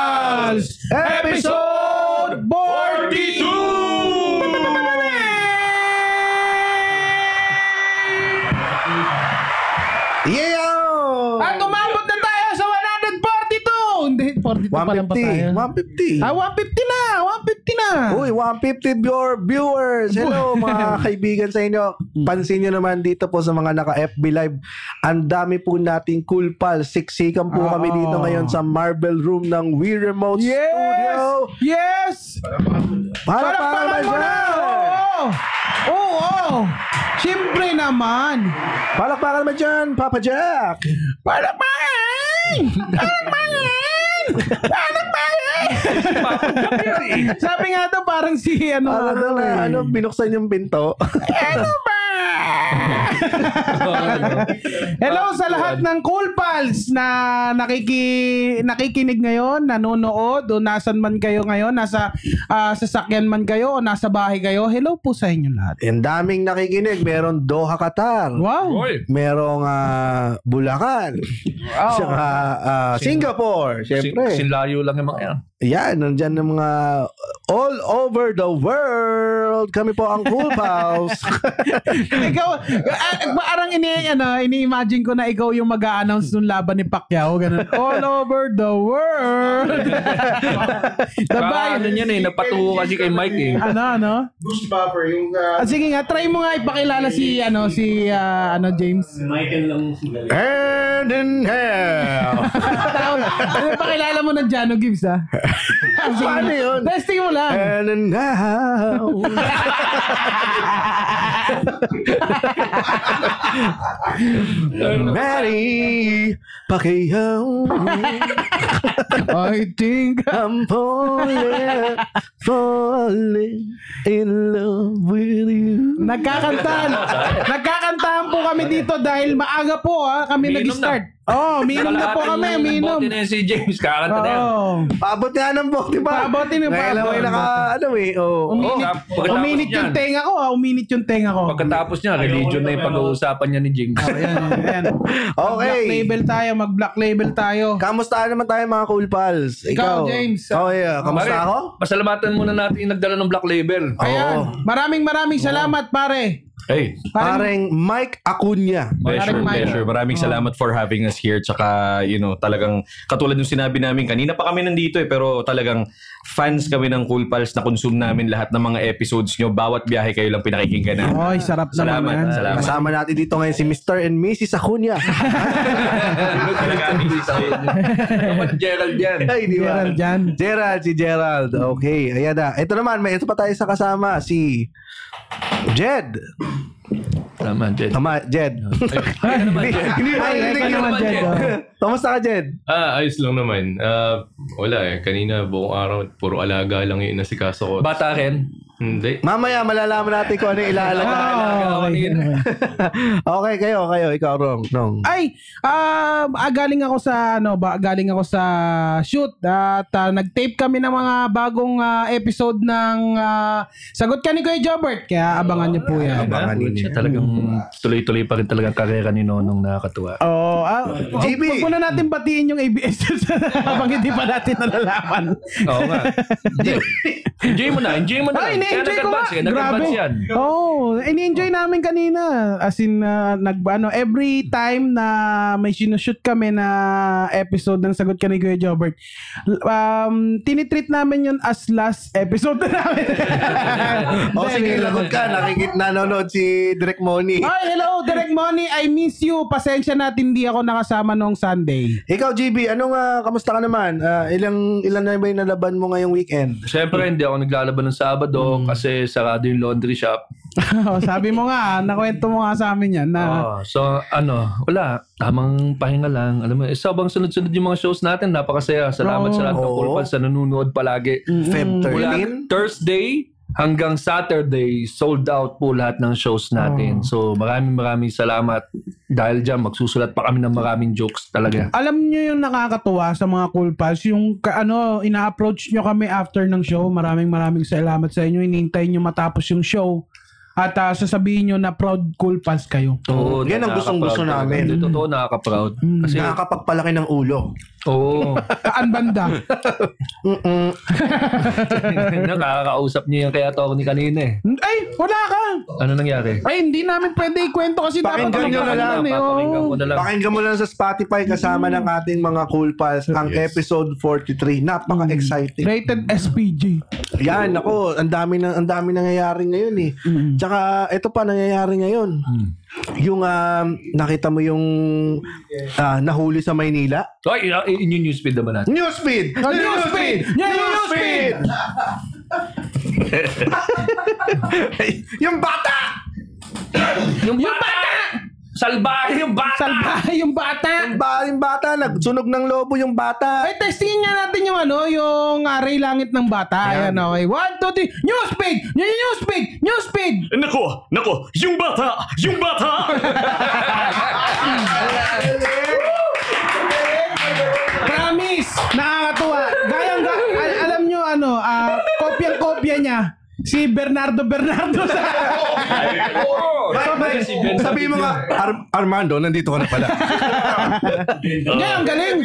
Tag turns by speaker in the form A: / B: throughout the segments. A: Chronicles Episode 42!
B: Yeah!
A: At umabot na tayo sa 142! Hindi, 42 pa lang ba tayo?
B: 150. 150.
A: Ah, 150 na! 150 na!
B: Uy, 150 viewer, viewers. Hello mga kaibigan sa inyo.
A: Mm.
B: Pansin nyo naman dito po sa mga naka-FB Live. Ang dami po nating cool pals. Siksikan po
A: Oo.
B: kami dito ngayon sa Marble Room ng We Remote
A: Ah. yes!
B: Studio.
A: Yes!
B: Para para
A: Para para
B: naman
A: mo
B: siya!
A: na! Oo! Oo! Siyempre naman!
B: Palakpakan naman dyan, Papa Jack!
A: Para pangin! Para pangin! Para pangin! Sabi nga daw parang si ano
B: Alam
A: nga
B: mo
A: daw
B: na,
A: eh.
B: ano, binuksan yung pinto.
A: Ano ba? Hello sa lahat ng cool pals na nakiki nakikinig ngayon, nanonood o nasan man kayo ngayon, nasa ah, sasakyan man kayo o nasa bahay kayo. Hello po sa inyo lahat.
B: Ang daming nakikinig. Meron Doha, Qatar.
A: Wow.
C: Hoy,
B: merong ah, Bulacan, saka ah, Singapore,
C: si-
B: syempre.
C: sinlayo lang yung mga yan.
B: Yan, nandyan ng mga all over the world. Kami po ang Cool Pals.
A: ikaw, ah, parang ini, ano, ini-imagine ko na ikaw yung mag-a-announce nung laban ni Pacquiao. Ganun. All over the world.
C: Baka
A: Sabay.
C: ano yan eh, napatuwo kasi kay Mike eh.
A: ano, ano?
D: Boost Buffer, yung uh,
A: Ah, sige nga, try mo nga ipakilala si, ano, si, ah, ano, James.
D: Michael lang si Galing.
B: And in hell.
A: Tao, Ano pakilala mo ng Jano Gibbs, ha?
B: Paano yun?
A: Testing mo lang.
B: And in hell.
C: eh.
B: Mary Pacquiao.
A: I think
B: I'm falling, falling in love with you.
A: Nagkakantahan. Nagkakantahan po kami dito dahil maaga po ha, kami
C: Minom
A: nag-start. Oh, minom na po kami, minom.
C: Bote na yan si James, kakanta na yan.
A: Oo.
B: Paabot nga ng bote di ba?
A: Paabotin yung
B: Ngayon lang
A: paabot.
B: ay naka, ano eh, oo.
C: Oo,
A: Uminit,
C: kap- pagkatapos
A: uminit yung
C: niyan.
A: tenga ko ha, uminit yung tenga ko.
C: Pagkatapos niya, religion na yung pag-uusapan niya ni James.
A: Ayan, ayan.
B: Okay.
A: Black label tayo, mag-black label tayo.
B: Kamusta naman tayo mga cool pals? Ikaw,
A: James.
B: Oh, yeah. Kamusta
C: Pare,
B: ako?
C: Pasalamatan muna natin yung nagdala ng Black Label.
A: Ayan, maraming maraming salamat pare.
E: Hey,
A: Parang-
B: Parang Mike Acuña.
E: pleasure,
A: Maraming Ah. maraming-
E: pleasure. Maraming salamat for having us here. Tsaka, you know, talagang katulad yung sinabi namin, kanina pa kami nandito eh, pero talagang fans kami ng Cool Pals na consume namin lahat ng mga episodes nyo. Bawat biyahe kayo lang pinakikinggan namin.
A: Oy, sarap
E: Salamat,
A: naman. ha?
E: salamat.
B: Kasama natin dito ngayon si Mr. and Mrs. Acuña.
C: Ano Dapat Gerald yan.
B: Ay, di ba?
A: Gerald yan.
B: Gerald, si Gerald. Okay, ayan na. Ito naman, may ito pa tayo sa kasama, si Jed.
C: Tama, Jed.
B: Tama, Jed. Hindi, hindi
A: Ay,
B: marinig
A: ikaw
B: yun.
A: naman, Jed. oh.
B: Kamusta ka, Jed?
F: Ah, ayos lang naman. Ah, wala eh. Kanina, buong araw, puro alaga lang yung inasikaso ko.
C: Bata rin.
F: Hindi.
B: Mamaya malalaman natin kung ano yung ilaalaga.
A: Ah, okay.
B: Okay, kayo, kayo. Ikaw, Rong. Rong.
A: Ay, ah, ah, galing ako sa ano ba, galing ako sa shoot at ah, nag-tape kami ng mga bagong ah, episode ng ah, Sagot ka ni Kuya Jobert. Kaya abangan niyo po 'yan.
B: Abangan
C: Abangan
B: ninyo.
C: niya. Talagang tuloy-tuloy pa rin talaga ang karera ni Nonong nakakatuwa.
A: Oo. ah,
B: JB.
A: Huwag muna natin batiin yung ABS habang hindi pa natin nalalaman.
C: Oo nga. Enjoy mo na, enjoy mo na.
A: Ay, na-enjoy ko nga.
C: nag-advance yan, nag-advance yan.
A: Oo, oh, ini-enjoy namin kanina. As in, ah, nag, ano, every time na may sinushoot kami na episode ng Sagot Ka ni Kuya Jobert, l- um, tinitreat namin yun as last episode na namin.
B: O
A: Then,
B: Oh, sige, lagot ka. Nakikit nanonood si Direk Money.
A: Ay, hello, Direct Money. I miss you. Pasensya na at hindi ako nakasama noong Sunday.
B: Ikaw, GB, anong ah, kamusta ka naman? Ah, ilang ilan na ba yung nalaban mo ngayong weekend?
C: Siyempre, hindi ako naglalaban ng Sabado kasi sarado yung laundry shop.
A: Oh, sabi mo nga, nakwento mo nga sa amin yan na
C: Oo. Ah, so, ano, wala. Tamang pahinga lang. Alam mo, eh, sobrang sunod-sunod yung mga shows natin. Napakasaya. Salamat
A: Oo. Mm.
C: sa lahat ng
B: Oo.
C: cool fans na nanonood palagi.
B: Feb
C: Mula
B: 13?
C: Thursday hanggang Saturday, sold out po lahat ng shows
A: Oh.
C: natin. So, maraming maraming salamat. Dahil dyan, magsusulat pa kami ng maraming jokes talaga.
A: alam nyo yung nakakatuwa sa mga cool pals, yung ka- ano, ina-approach nyo kami after ng show. Maraming maraming salamat sa inyo. Inintay nyo matapos yung show at ah, sasabihin nyo na proud cool pals kayo.
C: Oo,
B: Yan ang gustong-gusto
C: nakaka-proud
B: namin.
C: talaga. Totoo, nakaka-proud.
A: Hmm.
C: Kasi,
B: Nakakapagpalaki ng ulo.
C: oo,
A: Kaan banda?
B: Mm-mm.
C: nakakausap niyo yung kay Atty. kanina eh.
A: Ay, wala ka!
C: Ano nangyari?
A: Ay, hindi namin pwede ikwento kasi dapat
B: Pakinggan nyo na
A: ano
B: lang,
A: eh, oo.
C: Papakinggan
B: oh.
C: ko na lang.
B: Pakinggan mo lang sa Spotify kasama ng ating mga cool pals ang episode 43. Napaka-exciting.
A: Rated SPG.
B: Yan, ako, ang dami na ang dami nangyayari ngayon eh. Tsaka ito pa nangyayari ngayon. Yung um, nakita mo yung ah, nahuli sa Maynila?
C: Ay, yun yung newsfeed naman natin.
B: Newsfeed!
A: Ah, newsfeed! Newsfeed!
B: yung bata!
C: Yung bata! Salbahe yung bata!
A: Salbahe yung bata!
B: Ba, yung bata, nagsunog ng lobo yung bata.
A: Ay, testingin nga natin yung ano, yung aray langit ng bata. Ayan, okay. One, two, three. News speed! News speed! News speed!
G: Nako, nako, yung bata, yung bata.
A: Promise! Nakakatuwa. Gayang, ga, al- alam nyo, ano, ah, kopyang-kopya niya. Si Bernardo Bernardo sa...
C: Ah.
B: Mike, Mike, sabi mo nga, Ar- Armando, nandito ka na pala.
A: Yan, ang galing.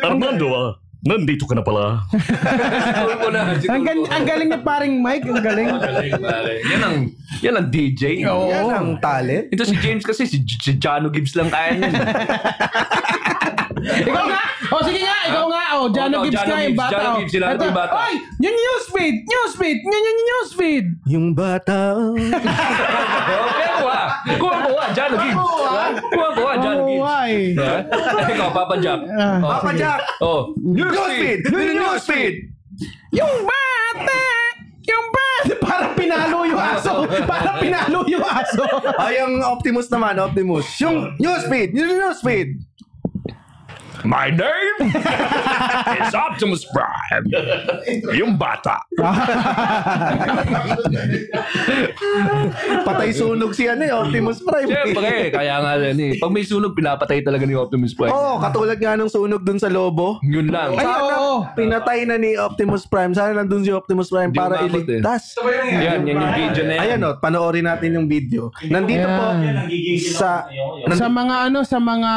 G: Armando, ah, nandito ka na pala.
C: Siguro ko na, siguro
A: Ang, gan-
C: ko.
A: ang galing ni paring Mike. Ang galing.
H: Galing, pare.
C: Yan ang, yan ang DJ.
B: Yan ang talent.
C: Ito si James kasi si, J- si Jano Gibbs lang kaya niyan.
A: ikaw nga. O, sige nga. Ikaw nga. O, Jano
C: Oo,
A: Gibbs
C: Jano
A: nga yung
C: Oh, Gibbs,
A: bata.
C: Jano
A: o.
C: Gibbs, sila
A: Ito.
C: yung bata.
A: Oy! Yung news feed! News feed! Yan yung news feed!
B: Yung bata.
C: Kuha ko ha. Oh, ah, Kuha ko ha, Jano Gibbs. Kuha ko ha, Jano
A: Oh,
C: Gibbs.
A: why?
C: Ha? Ikaw, Papa Jack.
A: Ah.
C: Oh,
B: Papa
C: sige.
B: Jack!
C: Oh.
B: Newsfeed! Newsfeed!
A: Yung bata! Yung bata! Parang pinalo yung aso! Parang pinalo yung aso!
B: Ay, ang Optimus naman, Optimus. Yung newsfeed! Yung newsfeed!
G: My name is Optimus Prime. Yung bata.
B: Patay sunog si ano eh, Optimus Prime.
C: Siyempre, kaya nga yan eh. Pag may sunog, pinapatay talaga ni Optimus Prime.
B: Oo, oh, katulad nga nung sunog dun sa lobo.
C: Yun lang.
A: Ay, oo.
B: Pinatay na ni Optimus Prime. Sana nandun si Optimus Prime
C: Hindi
B: para
C: umabot eh.
B: iligtas.
C: Yan, yan yung video na yan.
B: Ayan o, panoorin natin yung video. Nandito po
A: Ayan.
B: sa... Nandito,
A: Sa mga ano, sa mga...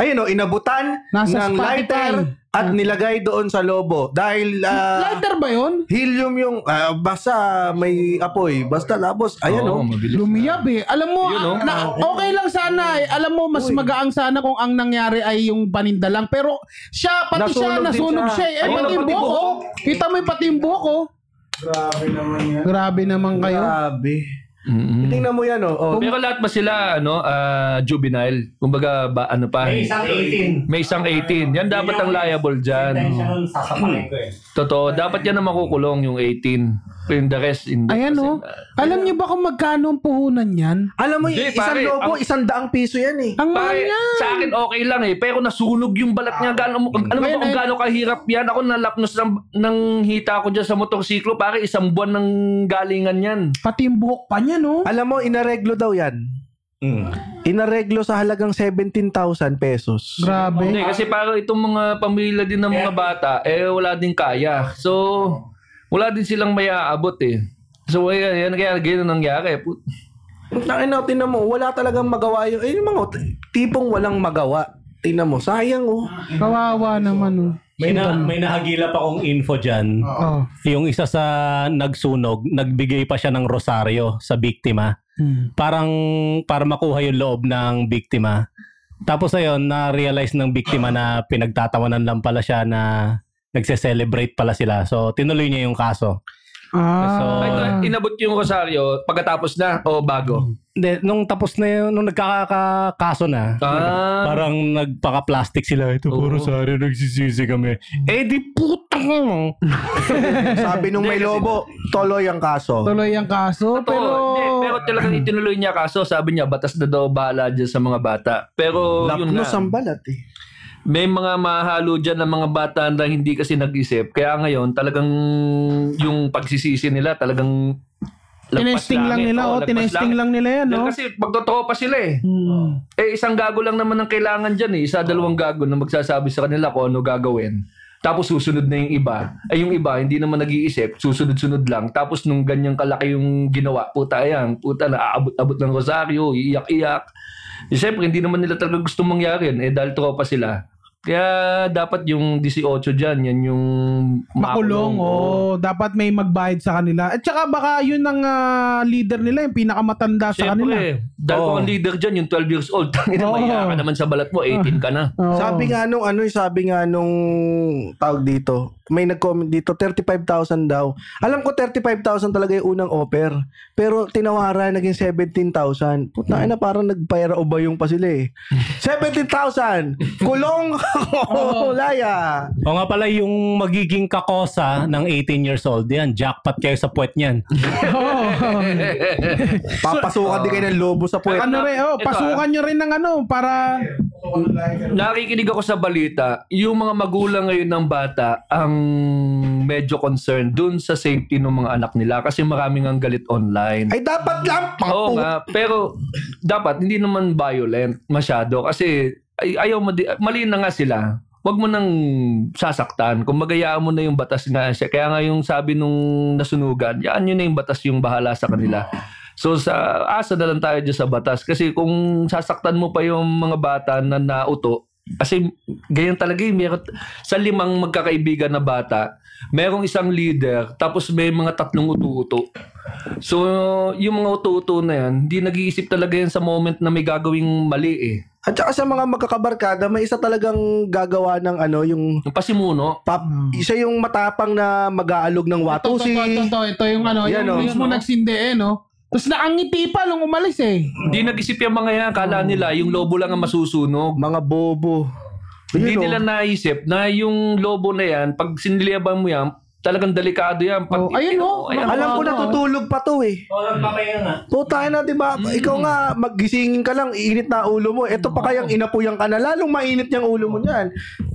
B: ayun o, inabutan
A: Nasa
B: ng
A: Spotify. Ah.
B: lighter at nilagay doon sa lobo. Dahil ah,
A: Lighter ba yun?
B: helium yung... ah, basta may apoy. Basta labos. Ayan oh.
C: Oo,
B: o.
C: mabilis.
A: Lumiyab eh. Alam mo,
C: Yun,
A: ah, na-
C: oh.
A: okay lang sana eh. Alam mo, mas magaang sana kung ang nangyari ay yung paninda lang. Pero siya, pati
B: Nasunog
A: siya,
B: din
A: nasunog
B: siya.
A: siya. eh. Eh,
C: Ayun,
A: pati yung
C: pati
A: buhok,
C: buhok.
A: oh. Kita mo yung pati yung buhok, oh.
D: Grabe naman yan.
A: Grabe naman kayo.
B: Grabe.
C: Mm-mm.
B: Tingnan mo yan o. Oh.
C: Pero lahat ba sila, ano, ah, juvenile? Kumbaga, ba, ano pa?
I: May isang 18.
C: May isang 18. Yan dapat ang liable dyan.
I: Dahil siya nun
D: Mm.
I: sasapakin ko eh.
C: Totoo. Dapat yan ang makukulong, yung 18. Yung the rest, in
A: Ayan, oh. Alam niyo ba kung magkano ang puhunan yan?
B: Alam mo,
C: Hindi,
B: isang
C: pare,
B: lobo,
C: ang-
B: isang daang piso yan eh.
A: Ang mahal
C: Pare,
A: yan.
C: sa akin okay lang eh. Pero nasunog yung balat niya. Gaano, alam mo ba
A: Well, I-
C: kung gaano kahirap yan? Ako nalapnos ng, ng hita ko dyan sa motorsiklo. Pare, isang buwan ng galingan yan.
A: Pati yung buhok pa niya, no?
B: Alam mo, inareglo daw yan.
I: Mm.
B: Inareglo sa halagang 17,000 pesos.
A: Grabe.
C: Hindi, Eh, kasi parang itong mga pamilya din ng mga bata, eh wala din kaya. So, wala din silang may aabot eh. So, ayan, yan kaya ganyan ang nangyari. Put-
B: Tangin na, tinan mo, wala talagang magawa yung, eh, yung mga t- tipong walang magawa. Tinan mo, sayang oh.
A: Kawawa naman, oh.
I: May, na, may nahagila pa akong info dyan.
A: Oh.
I: Yung isa sa nagsunog, nagbigay pa siya ng rosaryo sa biktima.
A: Hmm.
I: Parang para makuha yung loob ng biktima. Tapos ayun, na-realize ng biktima na pinagtatawanan lang pala siya na nagse-celebrate pala sila. So, tinuloy niya yung kaso.
C: Ay,
A: Ah.
C: ito, inabot yung Rosario pagkatapos na o bago.
I: De, nung tapos na yun, nung nagkakakaso na,
C: Ah,
I: parang nagpaka-plastic sila. Ito,
C: Oo.
I: puro sari, nagsisisi kami. Eh, di putang mo.
B: Sabi nung may lobo, toloy ang kaso.
A: Tuloy ang kaso,
C: Totoo,
A: pero...
C: hindi, pero talagang itinuloy niya kaso sabi niya batas na daw bahala dyan sa mga bata. Pero yun na,
B: Lapnos ang balat eh.
C: may mga mahalo dyan ng mga bata na hindi kasi nag-isip. Kaya ngayon talagang yung pagsisisi nila talagang lagpas
A: Tinesting lang
C: langit.
A: nila,
C: Oo,
A: oh.
C: lagpas
A: Tinesting
C: langit.
A: lang nila yan,
C: Dahil
A: no?
C: Kasi magtotoo pa sila eh.
A: Ano? Hmm. Oh.
C: Eh isang gago lang naman ang kailangan dyan eh. Isa dalawang gago na magsasabi sa kanila kung ano gagawin. Tapos susunod na yung iba. Ay yung iba, hindi naman nag-iisip. Susunod-sunod lang. Tapos nung ganyang kalaki yung ginawa, puta yan. Puta na aabot-abot ng Rosario, iiyak-iyak. Eh, Siyempre, hindi naman nila talaga gusto mangyari yan. Eh, dahil tropa sila. Kaya dapat yung 18 dyan, yan yung
A: Makulong, oh. oo. dapat may magbayad sa kanila. At saka baka yun ang ah, leader nila, yung pinakamatanda sa kanila. Oh.
C: Siyempre, dahil
J: Oo.
C: kung ang leader dyan, yung 12 years old, tangin na,
A: Oo.
C: may haka naman sa balat mo, 18 ka na.
A: Oo.
B: Sabi nga nung ano, sabi nga nung tawag dito, may nag-comment dito 35,000 daw. Alam ko 35,000 talaga yung unang offer, pero tinawaran naging 17,000. Puta
C: Hmm.
B: na parang nagpayara o bayong pa sila eh. 17,000. Kulong ako, laya.
I: O nga pala yung magiging kakosa ng 18 years old yan, jackpot kayo sa puwet niyan.
A: Oo.
B: Papasukan din kayo ng lobo sa puwet.
A: ano rin, oh,
C: Ito,
A: pasukan nyo rin ng ano, para...
C: Nakikinig ako sa balita, yung mga magulang ngayon ng bata ang medyo concerned dun sa safety ng mga anak nila kasi maraming ang galit online.
B: Ay dapat lang
C: Oo
B: pang
C: nga, pero dapat hindi naman violent masyado kasi ay, ayaw mo, di- mali na nga sila. Huwag mo nang sasaktan. Kung magayaan mo na yung batas nga siya. Kaya nga yung sabi nung nasunugan, yan yun na yung batas yung bahala sa kanila. So sa asa na lang tayo dyan sa batas. Kasi kung sasaktan mo pa yung mga bata na nauto, kasi ganyan talaga eh. Meron, sa limang magkakaibigan na bata, merong isang leader, tapos may mga tatlong uto-uto. So, yung mga utu-utu na yan, hindi nag-iisip talaga yan sa moment na may gagawing mali eh.
B: At saka sa mga magkakabarkada, may isa talagang gagawa ng ano, yung
C: Yung pasimuno,
B: pap, isa yung matapang na mag-aalog ng
K: Ito,
B: watusi.
K: ito, ito, ito yung ano,
B: Yan, oh.
K: yung mismo nagsindi eh, no? Tapos nakangiti pa nung umalis eh.
C: hindi nag-isip yung mga yan. Kala nila, yung lobo lang ang masusunog.
B: Mga bobo.
C: Hindi
B: Yun, oh.
C: nila naisip na yung lobo na yan, pag siniliyaban mo yan, talagang delikado yan. Pag,
K: Oh, ayun, oh.
C: eh,
B: oh. Alam ko
K: Ano, ano,
C: ah.
B: natutulog pa to eh. Puta na, di
C: Mm.
B: ba? Ikaw nga, magisingin ka lang, init na ulo mo. Ito pa kayang inapuyan ka na, lalong mainit yung ulo mo niyan.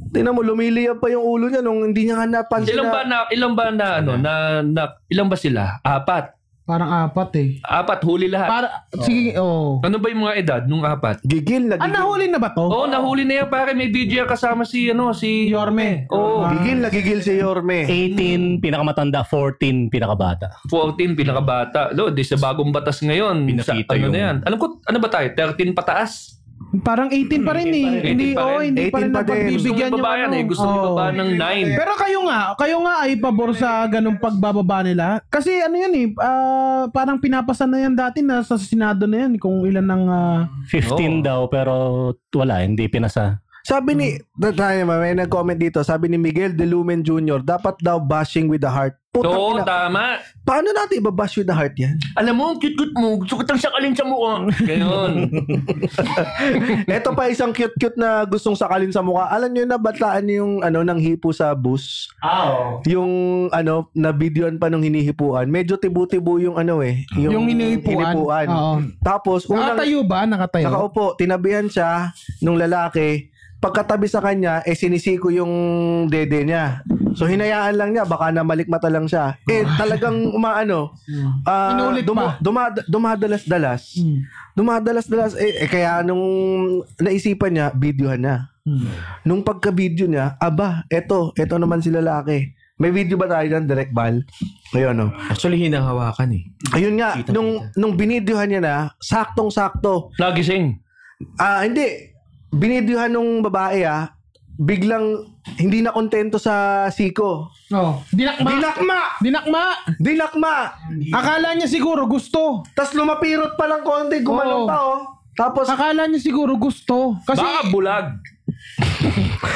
B: Tingnan mo, lumiliyab pa yung ulo niya nung hindi niya nga napansin
C: Ilan ba
B: na.
C: na, ilan ba na, ano, na, na, ilan ba sila? Apat.
K: Parang apat eh.
C: Apat, huli lahat.
K: Para, sige, oh.
C: Ano ba yung mga edad nung apat?
B: Gigil na,
A: Ah,
B: gigil.
A: nahuli na ba to?
C: Oo, oh, nahuli na yan pare. May video yan kasama si, ano, si...
A: Yorme.
C: Oo,
B: Gigil na, gigil si Yorme.
I: 18, pinakamatanda, 14, pinakabata.
C: 14 pinakabata. Lo, di sa bagong batas ngayon.
J: Pinakita
C: sa, ano
J: yung-
C: na yan. Alam ko, ano ba tayo? 13 pataas?
A: Parang 18 pa rin eh.
C: 18
A: Hindi,
C: pa rin.
A: oh, hindi pa
B: 18
A: rin
B: pa din.
C: Gusto
A: napagbibigyan
C: ko
A: yung
C: ibaba yan
A: ano.
C: eh. Gusto ko
A: Oo.
C: ibaba ng 9.
A: Pero kayo nga, kayo nga ay pabor sa ganung pagbababa nila. Kasi ano yun eh, ah, parang pinapasa na yan dati na sa Senado na yan kung ilan ng... ah,
I: 15
C: Oo.
I: daw pero wala, hindi pinasa.
B: Sabi ni, na- tayo naman, may nag-comment dito, sabi ni Miguel de Lumen Jr., dapat daw bashing with the heart.
C: Oo,
B: Putang ina,
C: tama.
B: paano natin ibabash with the heart yan?
C: Alam mo, ang cute-cute mo. Gusto ko tang sakalin sa mukha. Ganon.
B: Ito pa isang cute-cute na gustong sakalin sa mukha. Alam niyo na bataan yung ano ng hipo sa bus.
D: Ah,
B: Yung ano na videoan pa nung hinihipuan. Medyo tibu-tibu yung ano eh,
K: Yung, iniipuan.
B: hinipuan.
K: Oo.
B: Tapos unang
K: Nakatayo ba? Nakatayo.
B: nakaupo, tinabihan siya nung lalaki. Pagkatabi sa kanya, eh sinisiko yung dede niya. So hinayaan lang niya, baka na malikmata lang siya. Eh talagang umaano, ah,
K: Inulit pa.
B: duma- dumad- dumadalas-dalas.
K: Hmm.
B: Dumadalas-dalas eh, eh, kaya nung naisipan niya, videohan na. Nung pagka-video niya, aba, eto, eto naman si lalaki. May video ba tayo dyan, direct bal? Ayun, no?
J: Actually, hinahawakan eh.
B: Ayun nga, nung, nung binidyohan niya na, saktong-sakto.
C: Nagising.
B: Ah, hindi. Binidyohan nung babae, ah, biglang hindi na kontento sa siko.
K: Oh. Dinakma.
B: Dinakma!
K: Dinakma.
B: Dinakma!
A: akala niya siguro gusto.
B: Tapos lumapirot pa lang konti, gumanon
K: Oo.
B: pa, oh. Tapos,
K: Akala niya siguro gusto. Kasi,
C: Baka bulag.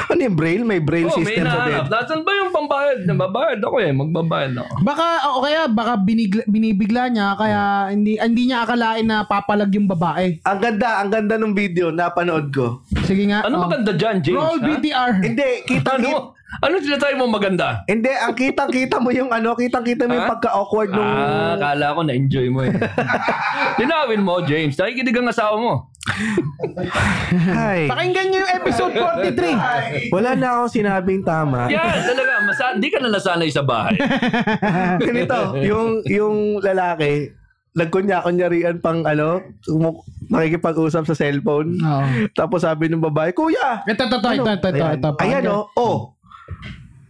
B: ano yung braille? May braille
C: Oo, Ah. Oh, may
B: system sa bed.
C: nahanap. Nasaan ba yung pambayad? Nababayad ako eh. Magbabayad ako.
K: baka, o kaya, baka binigla, binibigla niya, kaya hindi, ah, hindi niya akalain na papalag yung babae.
B: Ang ganda, ang ganda ng video na panood ko.
K: Sige nga.
C: Ano
K: oh.
C: maganda dyan, James?
K: Roll
C: ha?
K: BTR.
B: Hindi, kita
C: Ano?
B: kita.
C: Ano sinasabi mo maganda?
B: Hindi, ang kitang-kita mo yung ano, kitang-kita mo yung
C: Ha?
B: pagka-awkward nung
C: Ah, kala ko na-enjoy mo eh. Tinawin mo, James. Nakikinig ang asawa mo.
B: Ay,
A: Pakinggan niyo yung episode 43.
B: Wala na akong sinabing tama.
C: Yan, talaga. Masa- di ka na nasanay sa bahay.
B: Ganito, yung yung lalaki nagkunya-kunyarian pang ano, umu- nakikipag-usap sa cellphone.
K: Oo.
B: Tapos sabi ng babae, "Kuya,
A: Ah,
K: Ito, ito, ito, ito, ito, ito,
B: Ayan,
K: ito.
B: ayan oh, oh.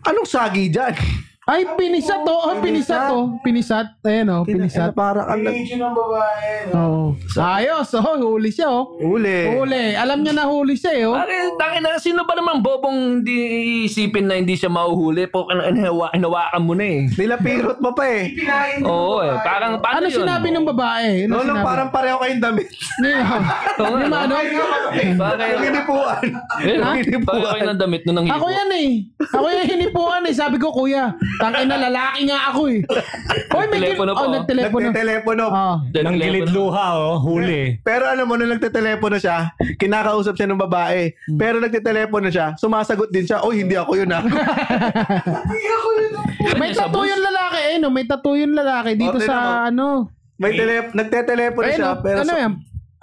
B: Anong sagi dyan?
A: Ay, pinisat to. Oh, pinisat to. Pinisat. Ayan
B: Ano,
A: oh, pinisat.
B: parang ang nag...
D: Religion ng babae. no?
A: Oo. Ayos. Oh, huli siya oh.
C: Eh.
B: Uli.
A: Huli. Alam niya na huli siya eh oh.
C: Bakit? Tangin na, sino ba naman bobong hindi isipin na hindi siya mahuhuli? Po, ano, hinawa, hinawakan mo na eh.
B: Nilapirot mo pa eh.
D: Kinain ng
C: Oo eh.
D: babae.
C: Parang, paano
A: Ano
C: yun?
A: sinabi ng babae? Ano
B: No, no,
A: sinabi?
B: parang pareho kayong damit.
A: Hindi, oh.
C: Oo,
A: Yung
C: ano?
A: ano?
C: Bakit?
B: Yung hinipuan.
C: Eh,
B: Yung
C: Bakit kayo
B: hinipuan.
C: ng damit nun ng hipo?
A: Ako yan eh. Ako yung hinipuan eh. Sabi ko, kuya, tangin na lalaki nga ako eh. Hoy, may
C: Telepono
A: gil-
C: pa,
A: oh,
C: oh.
A: nagtelepono.
B: Nagtetelepono.
A: Oh.
I: Nang gilid luha, oh. Huli.
B: Pero alam mo, nung nagtetelepono siya, kinakausap siya ng babae. Pero nagtetelepono siya, sumasagot din siya, oh, hindi ako yun ah.
A: May
C: Ano Sa
A: tattoo
C: bus?
A: yung lalaki eh, no? May tattoo yung lalaki dito
B: Oh, tingnan
A: sa ano.
B: May tele- nagtetelepono
A: Ayun,
B: siya,
A: oh.
B: pero
A: ano
B: sa-
A: yan?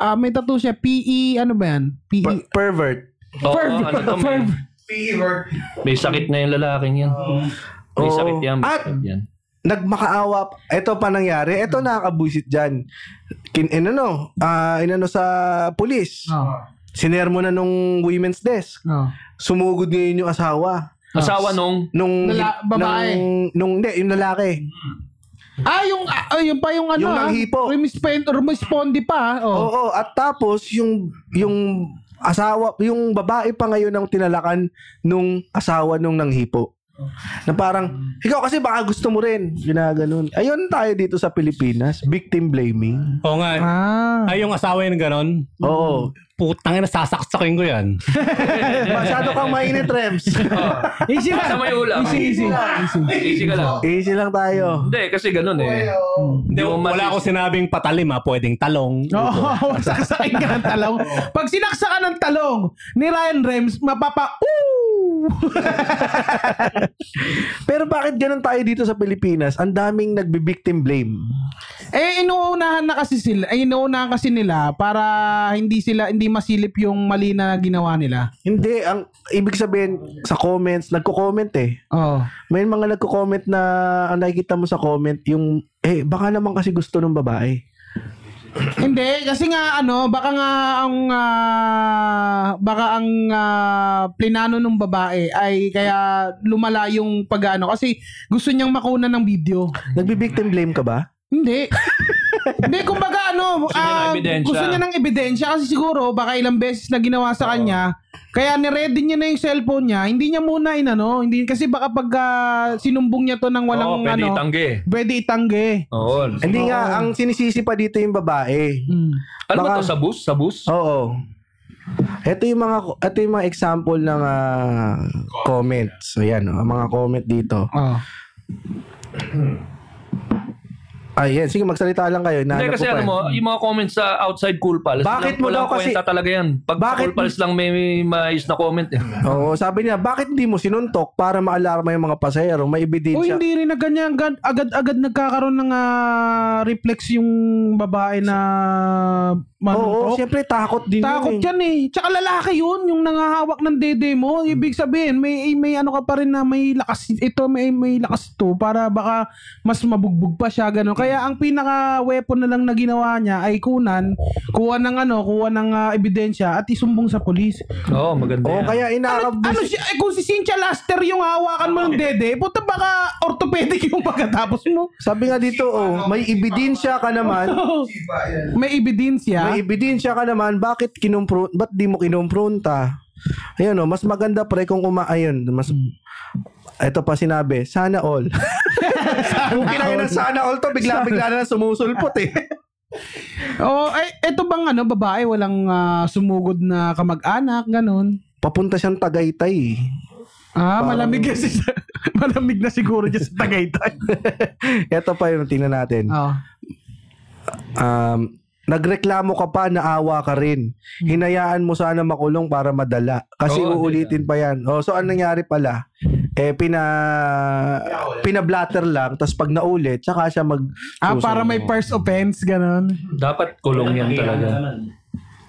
A: Ah, may tattoo siya. PE, ano ba yan? PE.
B: Per- pervert.
C: Oo,
A: Ferv.
C: ano to, may,
A: Ferv.
C: may sakit na yung lalaking yan.
I: Oh.
C: May
B: Oo.
C: sakit yan. May
B: At-
C: sakit yan.
B: nagmakaawa. Ito pa nangyari.
A: Mm.
B: Ito nakakabusit dyan. Kin, inano, ah, inano sa pulis.
A: Oh.
B: Sinermo na nung women's desk.
A: Oh.
B: Sumugod ngayon yung asawa.
A: Ah.
C: Asawa nung
B: Nung,
A: Lala- babae.
B: Nung, nung, hindi, yung lalaki.
A: Ah, yung, ah, yung pa yung ano
B: Yung
A: ah.
B: nanghipo.
A: Rumispen- Rumispondi pa.
B: Oo,
A: Oh.
B: at tapos yung, yung asawa, yung babae pa ngayon ang tinalakan nung asawa nung nanghipo. Na parang,
A: Mm.
B: ikaw kasi baka gusto mo rin. Ginaganon. Ayun tayo dito sa Pilipinas. Victim blaming.
I: Oo nga.
A: Ah.
I: Ay, yung asawa yun ganon.
A: Mm.
B: Oo.
I: Putang ina, sasaksakin ko yan.
B: Masyado kang mainit, Rems.
A: Easy
C: Basta
A: lang.
C: may ulam.
A: Easy, easy.
C: Ah, Easy ka lang.
B: Easy lang tayo.
C: Hindi, kasi ganun eh.
D: Mm.
I: Hindi,
C: mo masis-
I: wala ako sinabing patalim ha, pwedeng talong.
D: Oo, wasaksakin ka ng talong. Pag sinaksakan ng talong ni Ryan Rems, mapapa... Ooh!
B: Pero bakit ganun tayo dito sa Pilipinas? Ang daming nagbi-victim blame.
A: Eh inuunahan na kasi sila, ay inuunahan kasi nila para hindi sila hindi masilip yung mali na ginawa nila.
B: Hindi, ang ibig sabihin sa comments, nagko-comment eh.
A: Oh.
B: May mga nagko-comment na ang nakikita mo sa comment, yung eh baka naman kasi gusto ng babae.
A: hindi kasi nga ano, baka nga ang ah, baka ang ah, plinano ng babae ay kaya lumala yung pag-ano kasi gusto niyang makuna ng video.
B: Nagbi-victim blame ka ba?
A: Hindi. Hindi, kumbaga ano,
C: Gusto niya ng
A: ah,
C: ebidensya.
A: gusto niya ng ebidensya kasi siguro baka ilang beses na ginawa sa kanya, kaya niready niya na yung cellphone niya, hindi niya muna inano, hindi, kasi baka pag ah, sinumbong niya to ng
C: Oo,
A: walang
C: pwede
A: ano,
C: itanggi.
A: pwede itanggi.
C: Oo.
B: Hindi nga, ang sinisisi pa dito yung babae.
A: Mm.
C: Ano ba
B: Baka-
C: to? Sa bus? Sa bus?
B: Oo. Ito yung mga ito yung mga example ng ah, comments. So yan, oh, mga comment dito.
A: Oh.
B: Ayan, sige magsalita lang kayo.
C: Hindi
B: Nahanap
C: kasi
B: ko pa
C: alam
B: eh.
C: mo, yung mga comments sa outside Cool Palace,
B: Bakit mo
C: walang
B: daw kasi-
C: kwenta talaga yan. Pag
B: Bakit
C: Cool Palace lang may, may maayos na comment. eh.
B: Oo, sabi niya, bakit hindi mo sinuntok para maalarma yung mga pasahero? May
A: Oh,
D: O
B: ebidensya.
D: hindi rin na ganyan agad- agad-agad nagkakaroon ng ah, reflex yung babae na
B: Oo,
A: Oh,
D: manuntok.
B: siyempre takot din
D: Takot
B: yun. eh.
D: yan eh. Tsaka lalaki yun, yung nangahawak ng dede mo. Ibig sabihin, may, may ano ka pa rin na may lakas ito, may, may lakas to para baka mas mabugbog pa siya. Ganun. Kaya ang pinaka-weapon na lang na ginawa niya ay kunan, kuha ng ano, kuha ng ah, ebidensya at isumbong sa polis.
C: Oo, maganda
B: Oo,
C: yan.
B: kaya
D: Ano,
B: inaakab
D: ano siya, eh, kung si Cynthia Laster yung hawakan mo ng dede, puta baka orthopedic yung pagkatapos mo.
B: Sabi nga dito, oh, may ebidensya ka naman.
A: May ebidensya.
B: May ebidensya ka naman, bakit kinumpron, ba't di mo kinumpronta? Ayun oh, mas maganda pre kung uma ayun, mas Ito pa sinabi, sana all. Kung kinain ng sana all to, bigla-bigla na lang sumusulpot eh.
A: Oh, ay eto bang ano babae walang ah, sumugod na kamag-anak, ganun.
B: Papunta siyang Tagaytay. eh.
A: Ah,
B: Parang-
A: malamig kasi sa, malamig na siguro dyan sa Tagaytay.
B: Ito pa yung tingnan natin.
A: oh.
B: um, nagreklamo ka pa, naawa ka rin. Hinayaan mo sana makulong para madala. Kasi
C: Oo,
B: uulitin pa yan. Oh, so, anong nangyari pala? Eh, pina, pina-blatter lang. Tapos pag naulit, tsaka siya mag...
A: Ah, para may first offense, ganun.
C: Dapat kulong yan talaga.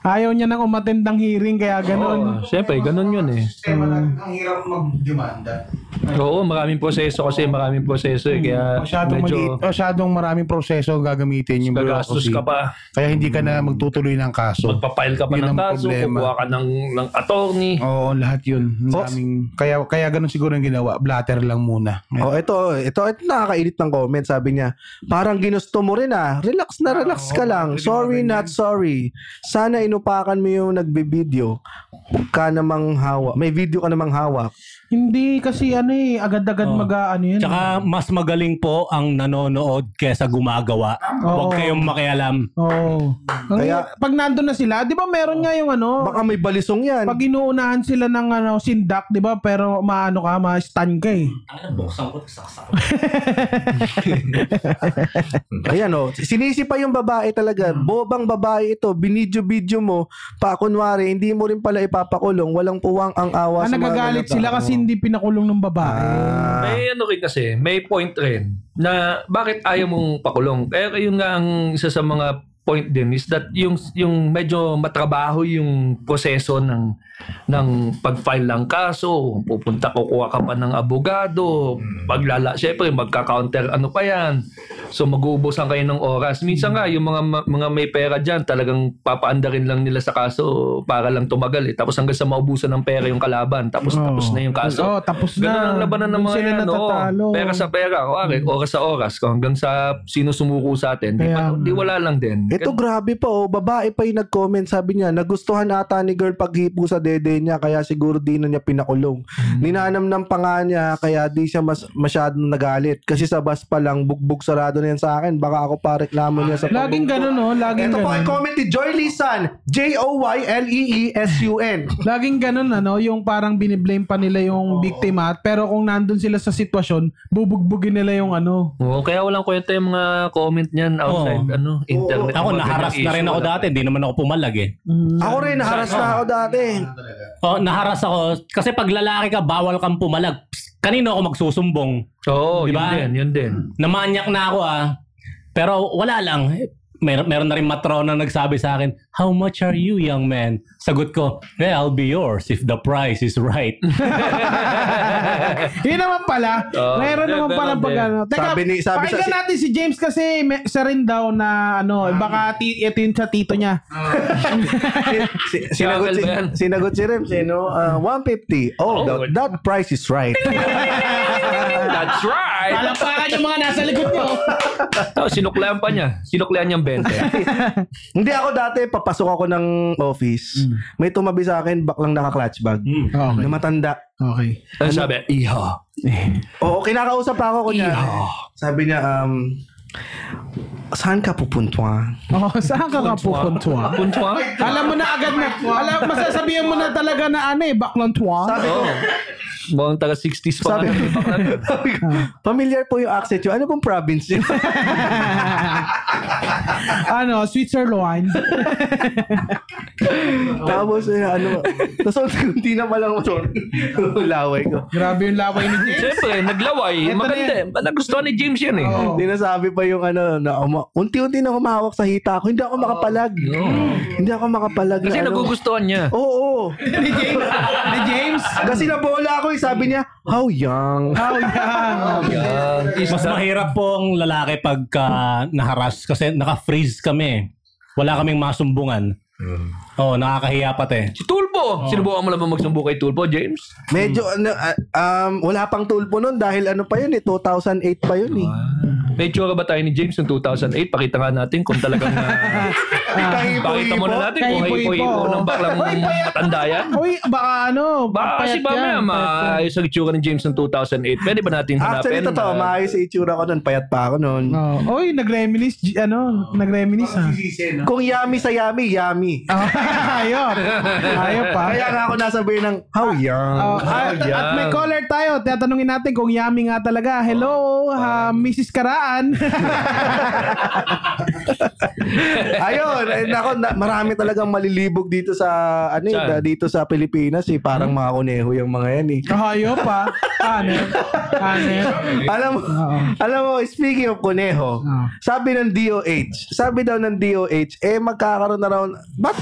A: Ayaw niya nang umatendang hearing kaya ganun.
C: Oo, Siyempre, ganun yun eh.
L: Sistema natin, ang hirap magdemanda.
C: Oo, maraming proseso kasi maraming proseso eh. Kaya
D: Hmm, Masyadong,
C: medyo
D: maliit, masyadong maraming proseso ang gagamitin yung
C: gagastos
D: bureaucracy.
C: ka pa.
D: Kaya hindi ka na magtutuloy ng kaso.
C: Magpapile ka pa
D: Yun
C: ng
D: ang
C: kaso,
D: problema.
C: kukuha ka ng, ng attorney.
D: Oo, lahat yun. Ang
B: Oh.
D: daming- kaya, kaya ganun siguro yung ginawa. Blatter lang muna.
B: Oh, ito, ito, ito nakakainit ng comment, sabi niya. Parang ginusto mo rin ah. Relax na relax ka lang. Sorry, not sorry. Sana inupakan mo yung nagbibideo. Ka namang hawak. May video ka namang hawak.
A: Hindi kasi ano eh, agad-agad
I: Oo.
A: mag ano yun.
I: Tsaka mas magaling po ang nanonood kesa gumagawa. Huwag kayong makialam.
A: Oo. Ang-
B: Kaya-
A: pag nandun na sila, di ba meron nga yung ano,
B: Baka may balisong yan.
A: pag inuunahan sila ng ano, sindak, di ba? Pero maano ka, ma-stun ka eh.
I: Buksan ko, saksak
B: Ayan oh, sinisi pa yung babae talaga.
A: Hmm.
B: Bobang babae ito, binidyo-bidyo mo, pa kunwari, hindi mo rin pala ipapakulong, walang puwang ang awa
A: Ah,
B: sa mga ano.
A: nagagalit
B: ganap-
A: sila kasi hindi pinakulong ng babae.
B: Ah,
C: May ano rin kasi, may point rin na bakit ayaw mong pakulong. Kaya yun nga ang isa sa mga point din is that yung yung medyo matrabaho yung proseso ng ng pag-file ng kaso, pupunta kukuha ka pa ng abogado, paglala, syempre magka-counter ano pa yan. So maguubusan kayo ng oras. Minsan nga yung mga ma- mga may pera diyan, talagang papaandarin lang nila sa kaso para lang tumagal eh. Tapos hanggang sa maubusan ng pera yung kalaban, tapos tapos na yung kaso.
A: Oo, tapos na.
C: Ganun ang labanan ng
A: Doon
C: mga
A: sila
C: yan. oo.
A: natatalo.
C: pera sa pera. Kuwari,
I: Hmm.
C: oras sa oras. Kung hanggang sa sino sumuko sa atin. Di,
A: Kaya
C: pa-
A: nga.
C: di wala lang din.
B: Ito grabe pa oh, babae pa yung nag-comment sabi niya, nagustuhan ata ni girl paghipo sa dede niya kaya siguro di na niya pinakulong.
A: Hmm.
B: Ninanamnam pa nga niya kaya di siya mas, masyadong nagalit kasi sa bus pa lang bugbog sarado na yan sa akin baka ako pa reklamo niya sa
A: Laging ganun, no? Laging
B: Ito po ay
A: ganun.
B: comment ni Joy Lisan, E J-O-Y-L-E-E-S-U-N.
A: Laging ganun, ano? Yung parang biniblame pa nila yung biktima. Pero kung nandun sila sa sitwasyon, bubugbugin nila yung ano.
C: Oo, kaya walang kwenta yung mga comment niyan outside
I: Oo.
C: ano, internet.
I: Ako,
C: Mga
I: naharas
C: ganyan issue,
I: na rin ako
C: wala
I: dati. Hindi naman ako pumalag eh.
B: Ako rin, naharas na ako dati.
I: Oh, naharas ako. Kasi pag lalaki ka, bawal kang pumalag. Psst, kanino ako magsusumbong?
C: pa. Oo,
I: Di ba?
C: yun din, yun din.
I: Namanyak na ako ah. Pero wala lang. Mer meron na rin matrona nagsabi sa akin, How much are you, young man? Sagot ko, eh, I'll be yours if the price is right.
A: Yun naman pala.
C: Oo,
A: Meron
C: hindi,
A: naman pala
C: meron
A: pag
C: din.
A: ano. Teka,
B: Sabi ni- sabi sa- Ah.
A: pakinggan natin si James kasi may, siya rin daw na ano, baka ti, ito yung sa tito niya.
B: Si- sinagot, si,
C: Uncle Ben.
B: sinagot si Rem, sino? ah, 150. Oh,
C: Oh,
B: that,
C: wait.
B: that price is right.
I: Ah.
C: That's right!
A: Palampakan yung mga nasa likod niyo.
C: Tapos sinuklayan pa niya. Sinuklayan niyang
I: Ano?
C: 20.
B: Hindi ako dati, papasok ako ng office. May tumabi sa akin, baklang naka-clutch bag.
A: Okay.
B: Na matanda.
A: Okay.
C: Ano sabi? Iha.
B: Oo, kinakausap pa ako kunya. Sabi niya, um, saan ka pupunta?
A: Oh, saan ka ka pupuntwa?
C: Puntwa?
A: Alam mo na agad na, alam, masasabihan mo na talaga na ano eh, baklang tuwa.
B: Sabi ko,
C: Oo. Mukhang taga 60s pa.
B: sabi
C: nga.
B: ko, Ah. familiar po yung accent yun. Ano pong province yun?
A: Ano, Switzerland.
B: Tapos, eh, ano, tapos hindi na malang laway ko.
A: Grabe yung laway ni James.
C: Siyempre, naglaway.
A: Ito na
C: Maganda. Nagustuhan ni James yun eh.
A: Oo.
B: Dinasabi pa yung ano, na uma- unti-unti na humahawak sa hita ko. Hindi ako makapalag.
A: Oh,
B: Hindi ako makapalag.
C: Kasi
B: na, ano.
C: nagugustuhan niya.
B: Oo.
A: ni James. Ni James.
B: Kasi nabola ako eh. Sabi niya, how young.
A: Oh, yan.
C: Yan.
I: Mas mahirap pong lalaki pagka naharas kasi naka-freeze kami. Wala kaming masumbungan. Oo, oh, nakakahiya pati.
C: Si Tulpo. Sinubukan mo lang ba magsumbo kay Tulpo, James?
B: Medyo, ano, ah, um, wala pang tulpo nun dahil ano pa yun eh, 2008 pa yun eh.
C: May tsura ba tayo ni James noong 2008? Pakita nga natin kung talagang... ah, pakita mo na natin kung
A: Kahipo-hipo.
C: hipo-hipo ng baklang matanda yan.
A: Uy, baka ano,
C: Baka kasi
A: papayat
C: ba may
A: yan.
C: maayos ang tsura ni James noong 2008? Pwede ba natin hanapin?
B: Actually, totoo,
C: na-
B: maayos yung itsura ko nun. Payat pa ako nun.
A: Oh, oy, nag-reminis, G- ano, nag-reminis ha.
B: Kung yummy sa yummy, yummy.
A: Ayop. Ayop pa.
B: Kaya nga ako nasabi ng, how young.
A: Oh, at,
C: yan.
A: at may caller tayo. Tatanungin natin kung yummy nga talaga. Hello, ha, Mrs. Karaan.
B: Ayun, eh, nako, na, marami talagang malilibog dito sa ano eh,
C: Saan?
B: da- dito sa Pilipinas eh, parang mga kuneho yung mga yan eh.
A: Ayop pa. Ano? Ano?
B: Alam mo, alam mo, speaking of kuneho, sabi ng DOH, sabi daw ng DOH, eh magkakaroon na raw, but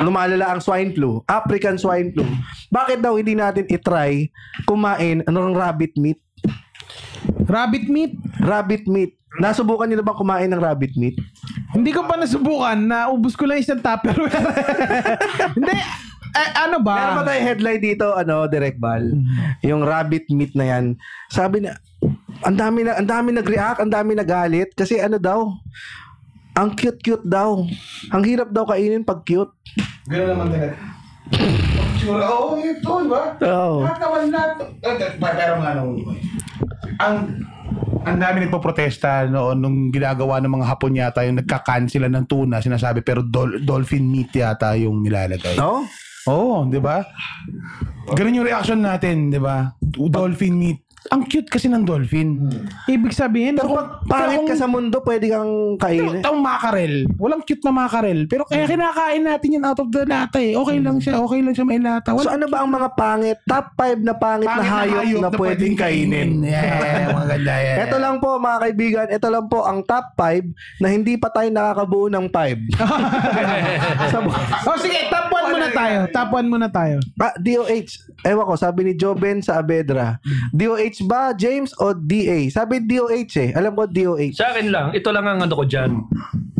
B: lumalala ang swine flu, African swine flu. Bakit daw hindi natin itry kumain ng rabbit meat?
A: Rabbit meat.
B: Rabbit meat. Nasubukan niyo na ba kumain ng rabbit meat?
A: Hindi ko pa nasubukan. Naubos ko lang isang tupperware. Hindi. Eh, ano ba?
B: Meron pa tayong headline dito, ano, direct bal. Yung rabbit meat na yan. Sabi na, ang dami na, ang dami nag-react, ang dami nagalit. Kasi ano daw, ang cute-cute daw. Ang hirap daw kainin pag cute.
D: Gano'n naman talaga. Sure, oo, yun to, di ba?
B: Oo.
D: Lahat naman lahat. eh, eh, Pero nga nung... Ang ang dami nagpoprotesta noon nung ginagawa ng mga Hapon yata yung nagka-cancel ng tuna sinasabi pero dol- dolphin meat yata yung nilalagay.
B: No?
D: Oo, di ba? Ganun yung reaction natin, di ba? Dolphin meat. Ang cute kasi ng dolphin.
A: Ibig sabihin,
B: Pero
A: kung-
B: pag pangit ka sa mundo, pwede kang kainin.
D: Ang mackerel. Walang cute na mackerel. Pero kaya
B: Hmm.
D: kinakain natin yun out of the lata eh. Okay lang siya. Okay lang siya may lata.
B: So
D: Wala
B: ano ba ang mga pangit? Top 5 na pangit, na hayop na, pwedeng kainin.
D: Yeah, mga ganda yan.
B: Ito lang po mga kaibigan, ito lang po ang top 5 na hindi pa tayo nakakabuo ng 5. sa bu-
A: Oh, sige, top 1 muna tayo. Top 1 muna tayo.
B: Ah, DOH. Ewan ko, sabi ni Joben sa Abedra. DOH ba, James, o DA? Sabi DOH eh. Alam ko DOH.
M: Sa akin lang, ito lang ang ano ko dyan.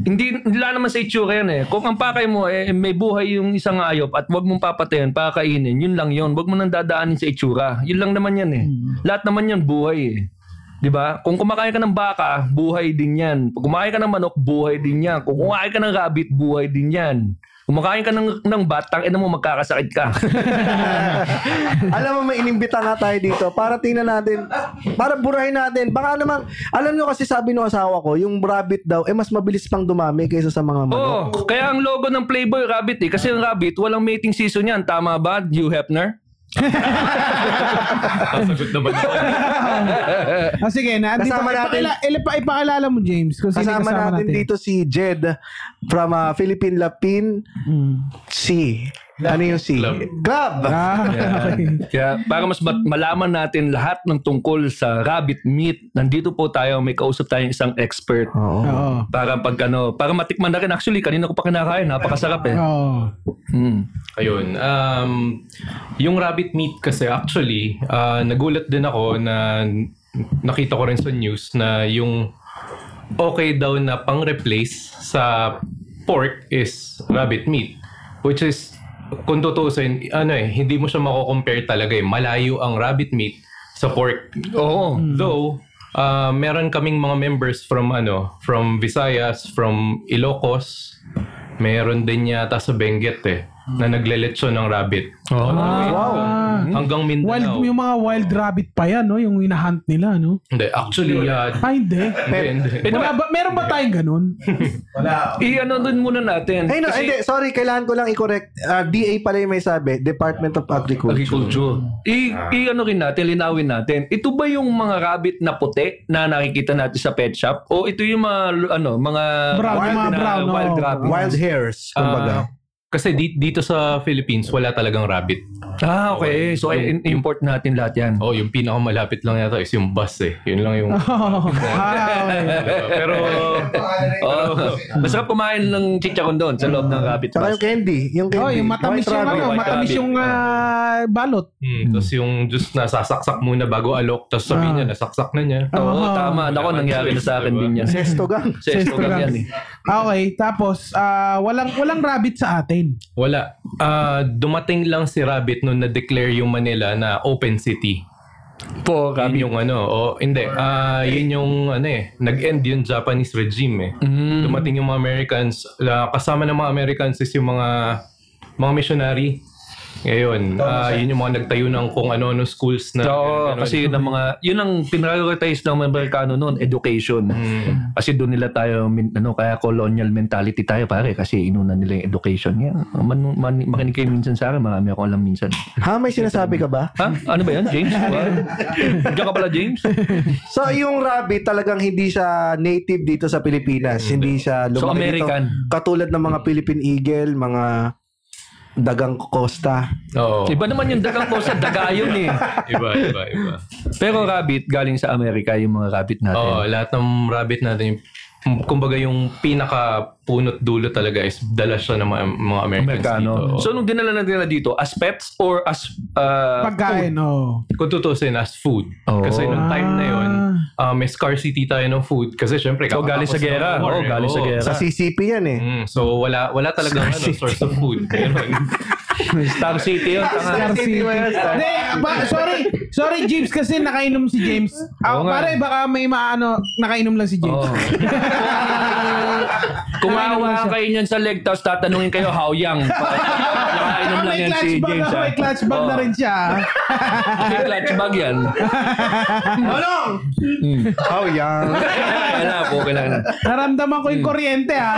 M: Hindi, wala naman sa itsura yan eh. Kung ang pakay mo eh, may buhay yung isang ayop at wag mong papatayan, pakainin, yun lang yun. Wag mo nang dadaanin sa itsura. Yun lang naman yan eh. Lahat naman yan buhay eh. 'Di ba? Kung kumakain ka ng baka, buhay din yan. Pag kumakain ka ng manok, buhay din yan. Kung kumakain ka ng rabbit, buhay din yan. Kumakain ka ng, ng batang, ina mo magkakasakit ka.
B: alam mo, may inimbita nga tayo dito para tingnan natin, para burahin natin. Baka naman, alam nyo kasi sabi ng asawa ko, yung rabbit daw, eh mas mabilis pang dumami kaysa sa mga manok.
M: Oo, oh, kaya ang logo ng Playboy, rabbit eh. Kasi ang rabbit, walang mating season yan. Tama ba, Hugh Hefner?
C: Sasagot naman ako.
A: Oh, sige, na, dito,
B: Eh, Kasama natin-
A: ipakila- ilipa- ipakilala mo, James. Kung sino
B: Kasama, natin, dito si Jed from ah, Philippine Lapin
A: Hmm.
B: C. Ano yung C?
C: Club.
B: Club.
A: Ah, okay.
M: Kaya para mas mat- malaman natin lahat ng tungkol sa rabbit meat, nandito po tayo, may kausap tayong isang expert.
B: Oo.
A: Oo.
M: Para pag ano, para matikman na rin. Actually, kanina ko pa kinakain, napakasarap eh.
A: Oo.
M: Mm.
C: Ayun. Um, yung rabbit meat kasi actually, ah, nagulat din ako na nakita ko rin sa news na yung okay daw na pang-replace sa pork is rabbit meat. Which is, kung tutusin, ano eh, hindi mo siya mako-compare talaga eh. Malayo ang rabbit meat sa pork. Oo. Though, ah, meron kaming mga members from ano, from Visayas, from Ilocos, meron din yata sa Benguet eh, na nagleletsyon ng rabbit.
B: Ah,
C: Ano eh? Hmm.
B: Wow.
C: Hanggang
A: Wild,
C: Mindanao.
A: yung mga wild rabbit pa yan, no? Yung hinahunt nila, no?
C: Hindi, actually, ah,
A: Ay, hindi.
C: hindi, hindi.
A: Wala Eh, ba, meron ba tayong ganun?
M: I-ano din muna natin.
B: Ay, no,
M: Kasi-
B: hindi. Sorry, kailangan ko lang i-correct. Ah, DA pala yung may sabi. Department of Agriculture.
M: Agriculture. I, i- ano rin natin, linawin natin. Ito ba yung mga rabbit na puti na nakikita natin sa pet shop? O ito yung mga, lu- ano, mga
A: Brown, yung mga
M: na
A: brown,
M: wild
A: oo.
M: rabbit?
B: Wild hairs,
C: Ah,
B: kumbaga.
C: kasi di- dito sa Philippines, wala talagang rabbit.
M: Ah, okay. So, i- import natin lahat yan.
C: Oh, yung pinakamalapit lang yata is yung bus eh. Yun lang yung... Pero...
M: Oh, masarap kumain ng chicharon doon sa loob ng rabbit
B: Tsaka
M: pass.
B: yung candy. Yung candy.
A: Oh, yung matamis
B: White
A: yung
B: rabbit.
A: ano,
M: white
A: matamis
M: rabbit.
A: yung ah, balot.
C: Mm, Tapos yung just nasasaksak muna bago alok. Tapos sabihin niya, nasaksak na niya.
M: Oo, tama. Ako, nangyari na sa akin din yan.
B: Sesto gang.
M: Sesto lang yan eh.
A: Okay, tapos ah, walang walang rabbit sa atin.
C: Wala. Ah, dumating lang si Rabbit nung na-declare yung Manila na open city.
M: Po,
C: Yun yung ano, o hindi, ah yun yung ano eh, nag-end yung Japanese regime eh.
M: Hmm.
C: Dumating yung mga Americans, la- kasama ng mga Americans is yung mga mga missionary. Ngayon, ah, yun yung mga nagtayo ng kung ano-ano schools na.
M: Oo,
C: ganun-ganun.
M: kasi ng mga, yun ang pinrioritize ng mga Amerikano noon, education.
C: Hmm.
M: Kasi doon nila tayo, min- ano, kaya colonial mentality tayo pare, kasi inuna nila yung education. Yan. Man, man, makinig kayo minsan sa akin, marami ako alam minsan.
B: Ha, may sinasabi ka ba?
M: Ha? Ano ba yan, James? What? Diyan ka pala, James?
B: So, yung rabbit talagang hindi siya native dito sa Pilipinas. Hindi siya lumaki
M: So, American.
B: dito. Katulad ng mga Philippine eagle, mga dagang costa.
C: Oo.
M: Iba naman yung dagang ko sa dagayon eh.
C: Iba, iba, iba.
M: Pero rabbit, galing sa Amerika yung mga rabbit natin.
C: Oo, lahat ng rabbit natin yung kumbaga yung pinaka punot dulo talaga is dala siya ng mga, mga Americans
M: Amerikano.
C: dito.
M: So, nung dinala na nila dito, as pets or as uh,
A: Pagkain, oh.
C: kung tutusin as food.
M: Oo.
C: Kasi nung time na yun,
A: Ah.
C: uh, may scarcity tayo ng food. Kasi syempre,
M: So, galing sa
C: kakatapos ng
M: gera.
C: war,
M: Oh,
C: eh.
M: galing sa
C: Oo.
M: gera.
B: Sa CCP yan eh.
C: Mm, so, wala wala talaga ano, source of food. Ganun.
M: Star City yun. tanga.
A: Hindi, ba- sorry. Sorry, James, kasi nakainom si James. Ah,
M: Oo nga.
A: pare, baka may maano, nakainom lang si James.
M: Oo. Kumawa kayo niyan sa leg, tapos tatanungin kayo, how young? Nakainom
A: Saka
M: lang
A: may
M: yan si
A: clutch bag,
M: James.
A: ah,
M: ah.
A: may clutch bag na
M: Oo.
A: rin siya. ah.
M: May clutch bag yan.
B: How young.
M: Kaya na po, kailangan na.
A: Naramdaman ko
M: Hmm.
A: yung kuryente, ha.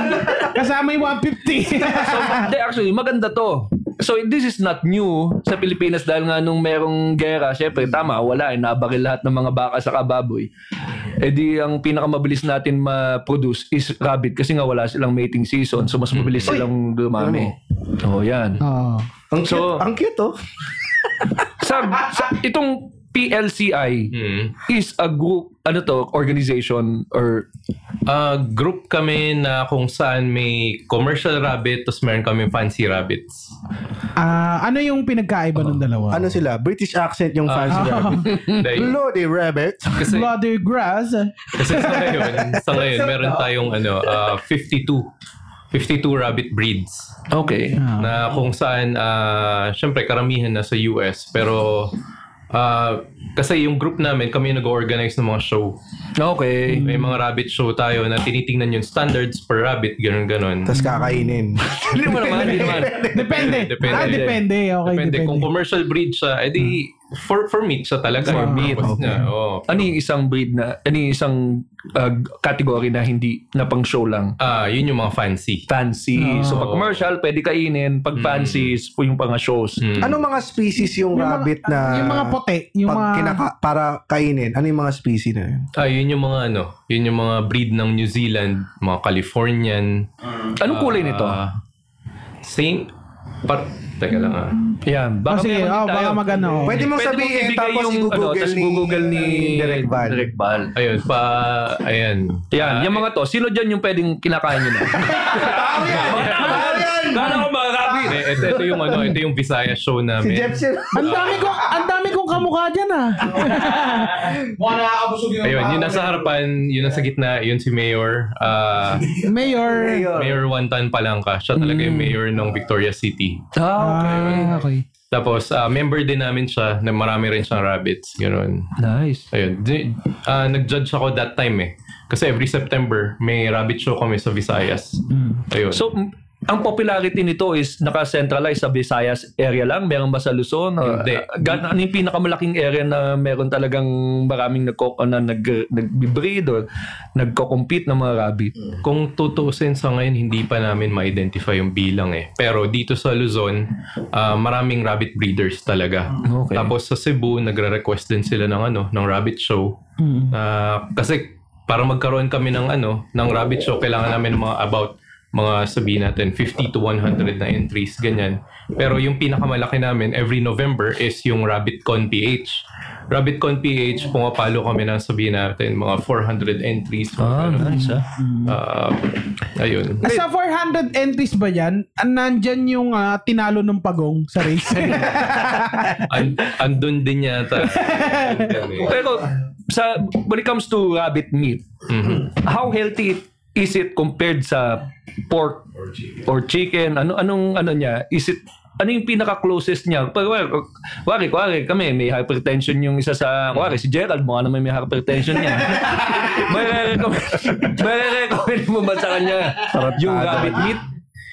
A: Kasama yung 150.
M: So, hindi, actually, maganda to. So, this is not new sa Pilipinas dahil nga nung merong gera, syempre, tama, wala. eh, Nabaril lahat ng mga baka sa kababoy. E di, ang pinakamabilis natin ma-produce is rabbit kasi nga wala silang mating season. So, mas mabilis silang dumami. Oo, yan.
A: Oo.
B: Ano? Ang cute,
M: So-
B: ang cute oh.
M: Sa, sa itong PLCI
C: Mm.
M: is a group, ano to, organization or
C: Ah, group kami na kung saan may commercial rabbit tapos meron kami fancy rabbits.
A: Ah, ano yung pinagkaiba ng dalawa?
B: Ano sila? British accent yung
M: Ah.
B: fans nila.
C: Dahil,
B: Bloody rabbit.
C: kasi,
A: Bloody grass.
C: kasi sa ngayon, sa ngayon meron tayong ano, ah, 52 52 rabbit breeds.
M: okay.
A: Ah.
C: na kung saan ah syempre karamihan na sa US pero ah, kasi yung group namin kami yung nag-organize ng mga show
M: Okay.
C: may mga rabbit show tayo na tinitingnan yung standards per rabbit ganun ganun
B: Tapos kakainin.
M: Hindi mo naman, hindi naman.
A: Depende.
C: Eh, Depende.
A: Ah, depende. Okay,
C: depende,
A: depende. Hmm.
C: kung commercial breed siya edi for for meat siya talaga for meat oh.
M: Ano yung isang breed na, ano yung isang uh, category na hindi, na pang show lang?
C: ah yun yung mga fancy
M: Fancy. So pag commercial, pwede kainin. Pag fancy, is yung pang shows.
C: Hmm.
B: Anong mga species yung,
A: mga-
B: rabbit na
A: yung mga puti, yung
B: pag
A: mga-
B: kinaka- para kainin? Ano yung mga species na yun?
C: ah yun yung mga ano yun yung mga breed ng New Zealand mga Californian
M: Anong kulay nito?
C: Ah, same par teka lang ah
M: Yan. Baka
A: Kasi,
M: meron din
A: oh, baka
M: tayo.
A: magano.
B: Pwede mong sabihin,
M: ibigay ano,
B: tapos i-google
M: tapos
B: ni-
M: google ni
B: Direct Val.
M: Direct Val.
C: Ayun, pa, ayan.
M: Yan, yung mga to. Sino dyan yung pwedeng kinakain nyo na? Kala ko mga
A: Ah.
M: rabbit.
C: Eh, Ito, ito yung ano, ito yung Visaya show namin.
A: Ang dami kong, ang dami kong kamukha dyan, ah.
D: Mukha nakakabusog yung
C: Ayun, yun nasa harapan, yun nasa gitna, yun si Mayor. Ah,
A: Mayor.
C: Mayor Wantan Palangka. Siya talaga yung mayor ng Victoria City.
A: Ah, okay.
C: Tapos, ah, member din namin siya na marami rin siyang rabbits. Ganun.
M: Nice.
C: Ayun. Di, ah, nag-judge ako that time eh. Kasi every September, may rabbit show kami sa Visayas. Ayun.
M: So, m- ang popularity nito is naka-centralize sa Visayas area lang? Meron ba sa Luzon? Or,
C: Hindi.
M: uh, gan- ano yung pinakamalaking area na meron talagang maraming nagko- na nag, nag-breed or nagko-compete ng mga rabbit?
C: Kung tutuusin sa ngayon, hindi pa namin ma-identify yung bilang eh. Pero dito sa Luzon, ah, maraming rabbit breeders talaga.
M: Okay.
C: Tapos sa Cebu, nagre-request din sila ng ano, ng rabbit show.
M: Hmm.
C: Ah, kasi para magkaroon kami ng ano, ng rabbit show, kailangan namin ng mga about mga sabihin natin 50 to 100 na entries ganyan. Pero yung pinakamalaki namin every November is yung RabbitCon PH. RabbitCon PH pumapalo kami ng sabihin natin mga 400 entries.
M: Ah,
C: Ano.
M: nice ah.
C: Ah, ayun.
A: Sa 400 entries ba yan, ah, nandyan yung ah, tinalo ng pagong sa race?
C: And, andun din yata. Andun eh.
M: Pero sa when it comes to rabbit meat,
C: Mm-hmm.
M: how healthy it- is it compared sa pork or chicken? Ano anong ano niya? Is it ano yung pinaka-closest niya? Pag, well, wari, wari, kami, may hypertension yung isa sa, wari, si Gerald, mukha naman may hypertension niya. may recommend may recommend mo ba sa kanya yung rabbit meat?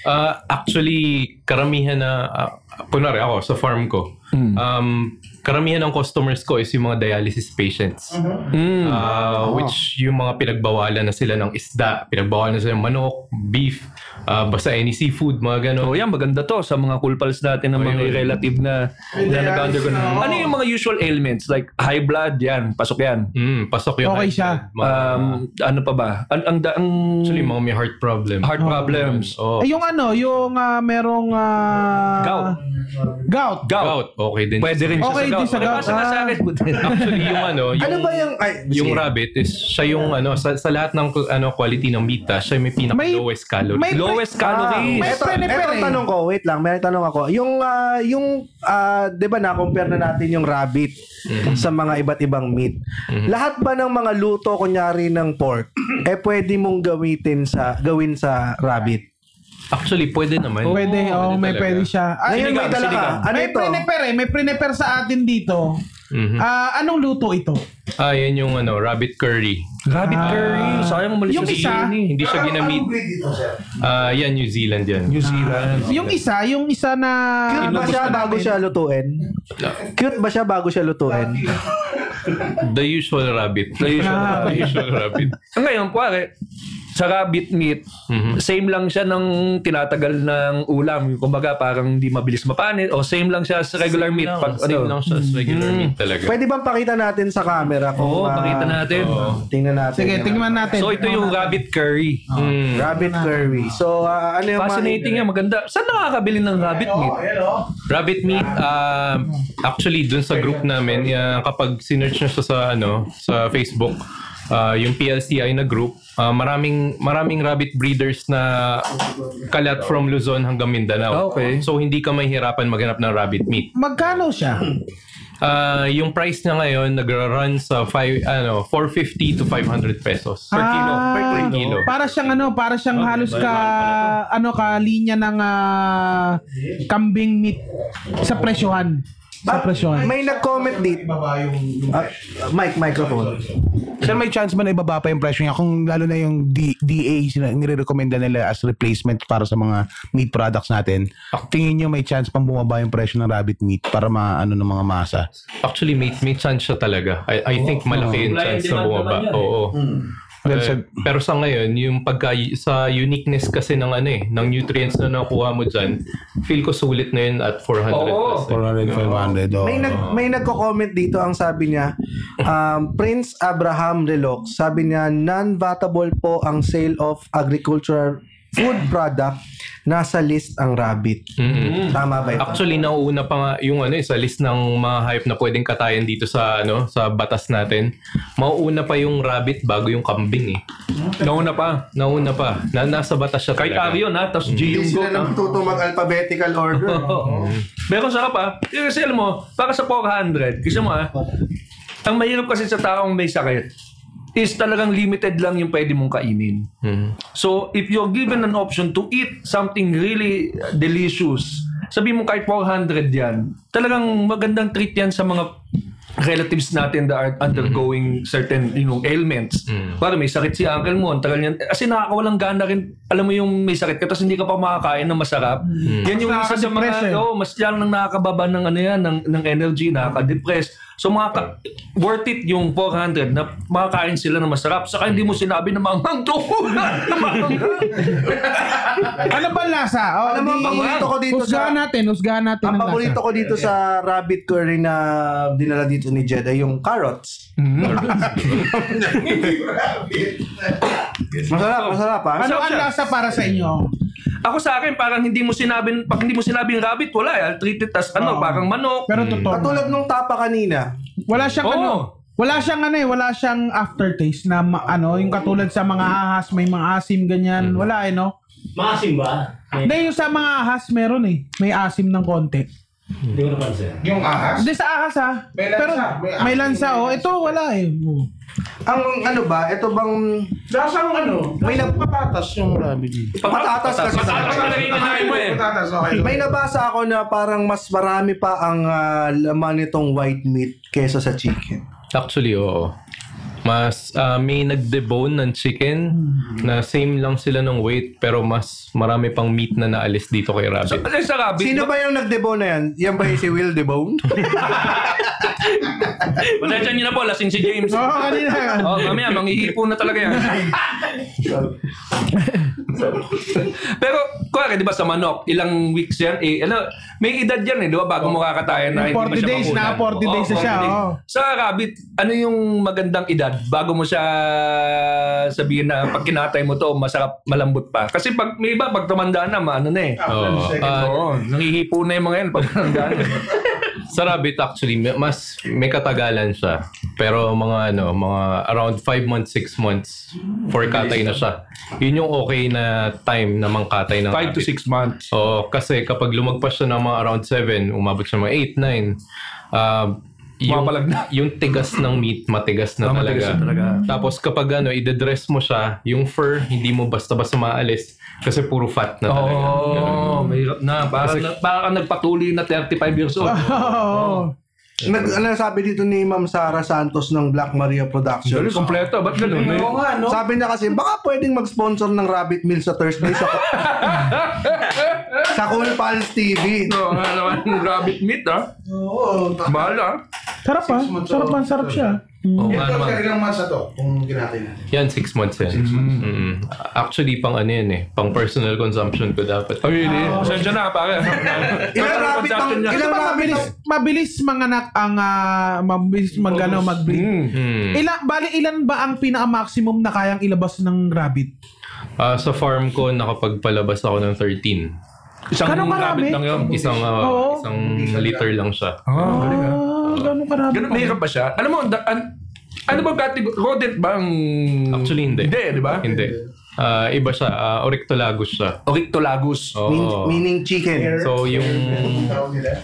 C: Ah, actually, karamihan na, uh, kunwari ako, sa farm ko, um, karamihan ng customers ko is yung mga dialysis patients.
M: Mm.
C: Ah, Which yung mga pinagbawalan na sila ng isda, pinagbawalan na sila ng manok, beef, ah, basta any seafood, mga
M: So
C: gano'n.
M: yan, maganda to sa mga cool pals natin ng mga
C: Ayun.
M: relative na, na nag-undergo. Ano yung mga usual ailments? Like high blood, yan, pasok yan.
C: Mm, pasok yung
A: Okay
C: high
A: siya.
C: blood, Mga,
M: Um, ano pa ba? Ang, ang, da- ang
C: actually, mga may heart problem.
M: heart problems.
C: Oh.
A: Ay, yung ano, yung ah, merong... ah,
M: Gout.
A: Gout.
M: Gout.
C: Gout. Okay din.
M: Pwede rin siya
A: Okay City
M: Diba,
A: Sagaw.
M: sa
A: Ah.
M: sakit. buti.
C: Actually, yung ano, yung,
B: Ano ba yung... Ay,
C: yung
B: sige.
C: rabbit is siya yung ano sa, sa lahat ng ano quality ng meat, ah, siya yung may pinaka
A: May-
C: lowest calorie.
A: may-
M: Lowest
A: Ah,
M: calories.
A: May
B: Eto,
A: pene,
B: eto
A: pene.
B: ang tanong ko, wait lang, may tanong ako. Yung, ah, yung ah, di ba na-compare na natin yung rabbit
M: Mm-hmm.
B: sa mga iba't ibang meat. Lahat ba ng mga luto, kunyari ng pork, eh pwede mong gamitin sa, gawin sa rabbit?
C: Actually, pwede naman.
A: Pwede, oh, may
C: talaga.
A: pwede siya. Ah,
B: Ngayon may dala ka. Ano
A: may
B: ito?
A: preneper eh. May preneper sa atin dito.
C: Mhm.
A: Ah, anong luto ito?
C: Ah, yan yung ano, rabbit curry.
M: Rabbit curry. Sayang
A: Ah.
M: umalis
A: Yung isa,
M: yung isa. Yun, eh.
C: Hindi siya ginamit. Ah, yan New Zealand yan.
A: Ah.
M: New Zealand.
A: Yung isa, yung isa na...
M: Ah,
B: Cute ba siya bago siya lutuin? Cute ba siya bago siya lutuin?
C: The usual rabbit. The
M: usual
A: rabbit.
C: the usual rabbit.
M: Ngayon, kuwari, sa rabbit meat,
C: Mhm.
M: same lang siya ng tinatagal ng ulam. Kumbaga, parang hindi mabilis mapanit. O same lang siya sa regular meat.
C: Lang,
M: Pag,
C: same
M: ano,
C: lang siya sa regular meat talaga.
B: Pwede bang pakita natin sa camera kung...
M: Oo,
B: ah,
M: pakita natin. Mm.
B: Tingnan natin.
A: Sige, tingnan natin. Ah,
M: So, ito yung rabbit curry.
C: Mm.
B: Rabbit curry. So, ah, ano yung... mga-
M: Fascinating yan, maganda. Saan nakakabili ng rabbit meat?
C: Rabbit meat, ah, actually, dun sa group namin, ah, kapag sinerch nyo siya sa, ano, sa Facebook, ah, yung PLCI na group, ah, maraming maraming rabbit breeders na kalat from Luzon hanggang Mindanao.
M: Ah, Okay.
C: So, hindi ka mahihirapan maghanap ng rabbit meat.
A: Magkano siya?
C: Ah, yung price niya ngayon, nagra-run sa five, ano, 450 to 500 pesos. Per kilo. Per kilo.
A: Ah, Para siyang ano, para siyang halos ka ano ka linya ng ah, kambing meat sa presyohan. Sa
B: Ah,
A: presyohan.
B: may nag-comment dito. Ah, mic, microphone.
D: Sir, may chance ba na ibaba pa yung presyo niya kung lalo na yung D- DA na nire-recommenda nila as replacement para sa mga meat products natin? Tingin niyo may chance pang bumaba yung presyo ng rabbit meat para maano ng mga masa?
C: Actually, may, may chance siya talaga. I,
M: Oh,
C: I think malaki yung
M: Wala yung
C: chance na
M: demand
C: bumaba.
M: naman yan, eh.
C: Oo.
D: Well
C: Eh,
D: said.
C: pero sa ngayon, yung pagka sa uniqueness kasi ng ano eh, ng nutrients na nakuha mo dyan, feel ko sulit na yun at 400
M: Oo.
C: plus. eh.
D: 400, 500. Oh.
B: May nag may nagko-comment dito ang sabi niya, um, Prince Abraham Relox, sabi niya non-vatable po ang sale of agricultural food product nasa list ang rabbit.
M: Hmm.
C: Mm-mm.
B: Tama ba ito?
C: Actually, nauuna pa nga yung ano eh, sa list ng mga hayop na pwedeng katayan dito sa ano sa batas natin. Mauuna pa yung rabbit bago yung kambing eh.
M: Nauna pa.
C: Nauna pa. Na, nasa batas siya
M: Kahit
C: talaga.
M: ari yun ha, tapos G yung goat. ha?
B: nagtuto mag-alphabetical order.
M: Oo. Meron sa pa, yung ah. kasi alam mo, para sa 400, kasi mo ah, ha, ang mahirap kasi sa taong may sakit is talagang limited lang yung pwede mong kainin.
C: Mm.
M: So, if you're given an option to eat something really delicious, sabi mo kahit 400 yan, talagang magandang treat yan sa mga relatives natin that are undergoing certain you know ailments. Para may sakit si uncle mo, ang tagal niyan. Kasi nakakawalang gana rin. Alam mo yung may sakit ka tapos hindi ka pa makakain ng masarap. Yan yung isa sa mga oh, mas yan ang nakakababa ng ano yan ng, ng energy, nakaka-depress. So mga ka- worth it yung 400 na makakain sila ng masarap. Saka hindi mo sinabi na manghang to.
A: ano ba ang lasa? Oh,
B: Alam mo,
A: di-
B: paborito ko dito
A: Husgahan
B: sa-
A: natin, husgahan natin
B: Ang
A: ang lasa.
B: paborito ko dito sa rabbit curry na dinala dito ni Jed ay yung carrots. masarap, masarap ha?
A: Ano ang lasa para sa inyo?
M: Ako sa akin parang hindi mo sinabi pag hindi mo sinabing rabbit wala eh. I'll treat it as
C: Ah.
M: ano, parang manok.
A: Pero totoo.
B: Hmm. Katulad nung tapa kanina,
A: Wala siyang
M: Oo.
C: Oh.
A: ano. Wala siyang ano eh, wala siyang aftertaste na ma- ano, yung katulad sa mga ahas, may mga asim
C: Hmm.
A: ganyan, wala eh no.
N: Maasim ba?
A: Hindi, yung sa mga ahas meron eh, may asim ng konti.
N: Hindi ko napansin.
D: Yung ahas?
A: Hindi sa ahas ah.
D: May lansa,
A: Pero
D: may
A: may
D: asim,
A: lansa oh, ito wala eh. Oo.
B: ang ano ba, ito bang
D: Lasang ano?
B: may nag
D: Patatas yung rabbit meat.
B: Patatas kasi.
M: Masarap na rin kinain mo eh.
D: Patatas, okay.
B: May nabasa ako na parang mas marami pa ang ah, laman nitong white meat kesa sa chicken.
C: Actually, oo. Mas ah, may nag-debone ng chicken na same lang sila ng weight pero mas marami pang meat na naalis dito kay rabbit.
M: So, kasi sa rabbit,
B: Sino ba yung nag-debone na yan? Yan ba yung si Will Debone?
M: Pasensya niyo na po, lasing si James.
A: Oo,
M: oh,
A: kanina.
M: mamaya, mangihipo na talaga yan. Pero, kuwari, di ba sa manok, ilang weeks yan, eh, ano, may edad yan eh, di ba, bago mo kakatayan na hindi mo
A: 40
M: siya
A: Oh. days na,
M: makunan.
A: 40 days na siya, oh. oo.
M: Sa rabbit, ano yung magandang edad bago mo siya sabihin na pag kinatay mo to, masarap, malambot pa? Kasi pag, may iba, pag tumanda na, maano na eh.
C: Oo. Ah,
M: Oo, nangihipo na yung mga yan pag tumanda na.
C: Sa rabbit actually, may- mas may katagalan siya. Pero mga ano, mga around 5 months, 6 months for katay na siya. Yun yung okay na time na mangkatay ng
M: 5 to
C: rabbit.
M: 6 months.
C: Oo, kasi kapag lumagpas siya ng mga around 7, umabot siya mga 8, 9, uh, yung,
M: Mapalag na.
C: yung tigas ng meat, matigas na
M: Ah,
C: talaga.
M: matigas na talaga.
C: Tapos kapag ano, idedress mo siya, yung fur, hindi mo basta-basta maalis kasi puro fat na talaga. Ganun.
M: Oo, mahirap na. Parang, na, parang nagpatuloy na 35 years old.
B: Nag, ano sabi dito ni Ma'am Sara Santos ng Black Maria Productions.
M: Tuloy, kompleto. Ba't ganun? May-
B: Sabi niya kasi, baka pwedeng mag-sponsor ng Rabbit Meal sa Thursday sa, sa Cool Pals TV.
M: Oo, nga naman. Rabbit meat, ah.
D: Oo.
M: Mahal, ah.
A: Sarap ah. Sarap ah. Sarap siya.
C: Oo nga
D: Ito,
C: naman.
D: ilang months na to kung ginatay natin.
C: Yan, six months yan. Mm. Actually, pang ano yan eh. Pang personal consumption ko dapat.
M: Oh, really? Pasensya na, pare.
B: Ilang
M: Ano
B: rabbit ang,
A: Ito
B: ilang
A: ba
B: rabbit
A: mabilis,
B: ang,
A: mabilis manganak ang ah, mabilis magano mag-breed.
M: Mm.
C: Mm.
A: Ilan, bali ilan ba ang pinaka-maximum na kayang ilabas ng rabbit?
C: Ah, sa farm ko, nakapagpalabas ako ng 13.
M: Isang
A: Ganun karami?
M: rabbit lang yun.
C: Isang, ah,
A: Oo.
C: isang liter lang siya.
M: Ah, galing, ah.
A: Ah, ganun karami.
M: Ganun, mahirap ba siya? Alam mo, da- an- ano ba category? Rodent ba ang...
C: Actually, hindi.
M: Hindi, di ba?
C: Hindi. Ah, iba siya. Ah, Oryctolagus siya.
M: Orictolagus.
C: Oo.
B: meaning chicken.
C: So, yung...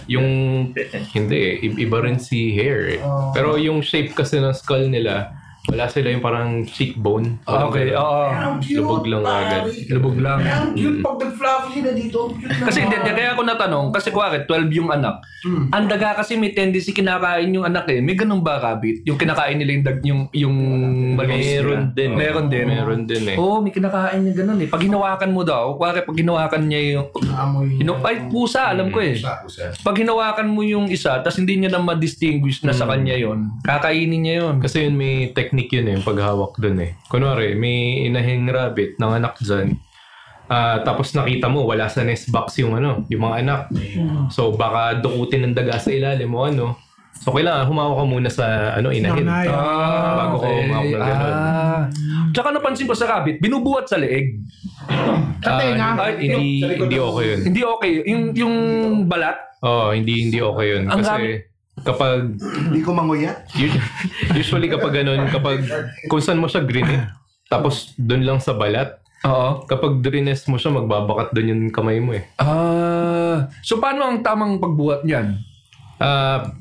C: Yung... Hindi eh. I- Iba rin si hair eh. Pero yung shape kasi ng skull nila, wala sila yung parang cheekbone. Parang
M: Ah, Okay, Oh.
C: ganun.
M: oo.
C: Lubog lang agad.
M: Lubog lang. Mm.
D: Ang cute pag nag-fluffy sila dito. Ang cute
M: Kasi hindi, hindi, kaya ako natanong, kasi kuwari, 12 yung anak.
D: Mm.
M: Ang daga kasi may tendency kinakain yung anak eh. May ganun ba, rabbit? Yung kinakain nila yung, dag, yung, yung malos nila?
C: Meron din.
M: Meron din.
C: Meron din eh.
M: Oo, may kinakain niya ganun eh. Pag hinawakan mo daw, kuwari pag hinawakan niya yung...
D: Amoy.
M: Hino, ay, pusa, alam ko eh. Pag hinawakan mo yung isa, tapos hindi niya na ma-distinguish na
C: Mm.
M: sa kanya yon kakainin niya yon
C: Kasi yun may technique yun eh, yung paghawak dun eh. Kunwari, may inahing rabbit ng anak dyan. Ah, tapos nakita mo, wala sa nest box yung ano, yung mga anak. So baka dukutin ng daga sa ilalim mo ano. So kailangan humawak ka muna sa ano, inahin.
A: Nanay.
C: bago ko humawak ng ganun.
M: Ah. Tsaka napansin ko sa rabbit, binubuhat sa leeg.
C: Ah,
M: Ay,
C: hindi, hindi okay yun.
M: Hindi okay. Yung, yung balat,
C: Oo, hindi, hindi okay yun.
M: Ang
C: Kasi kapag
B: Hindi ko manguya.
C: Us- Usually kapag ganun, kapag kung saan mo siya grenade, tapos doon lang sa balat. Oo. Kapag drines mo siya, magbabakat doon yung kamay mo eh.
M: Ah, so paano ang tamang pagbuhat niyan?
C: Ah,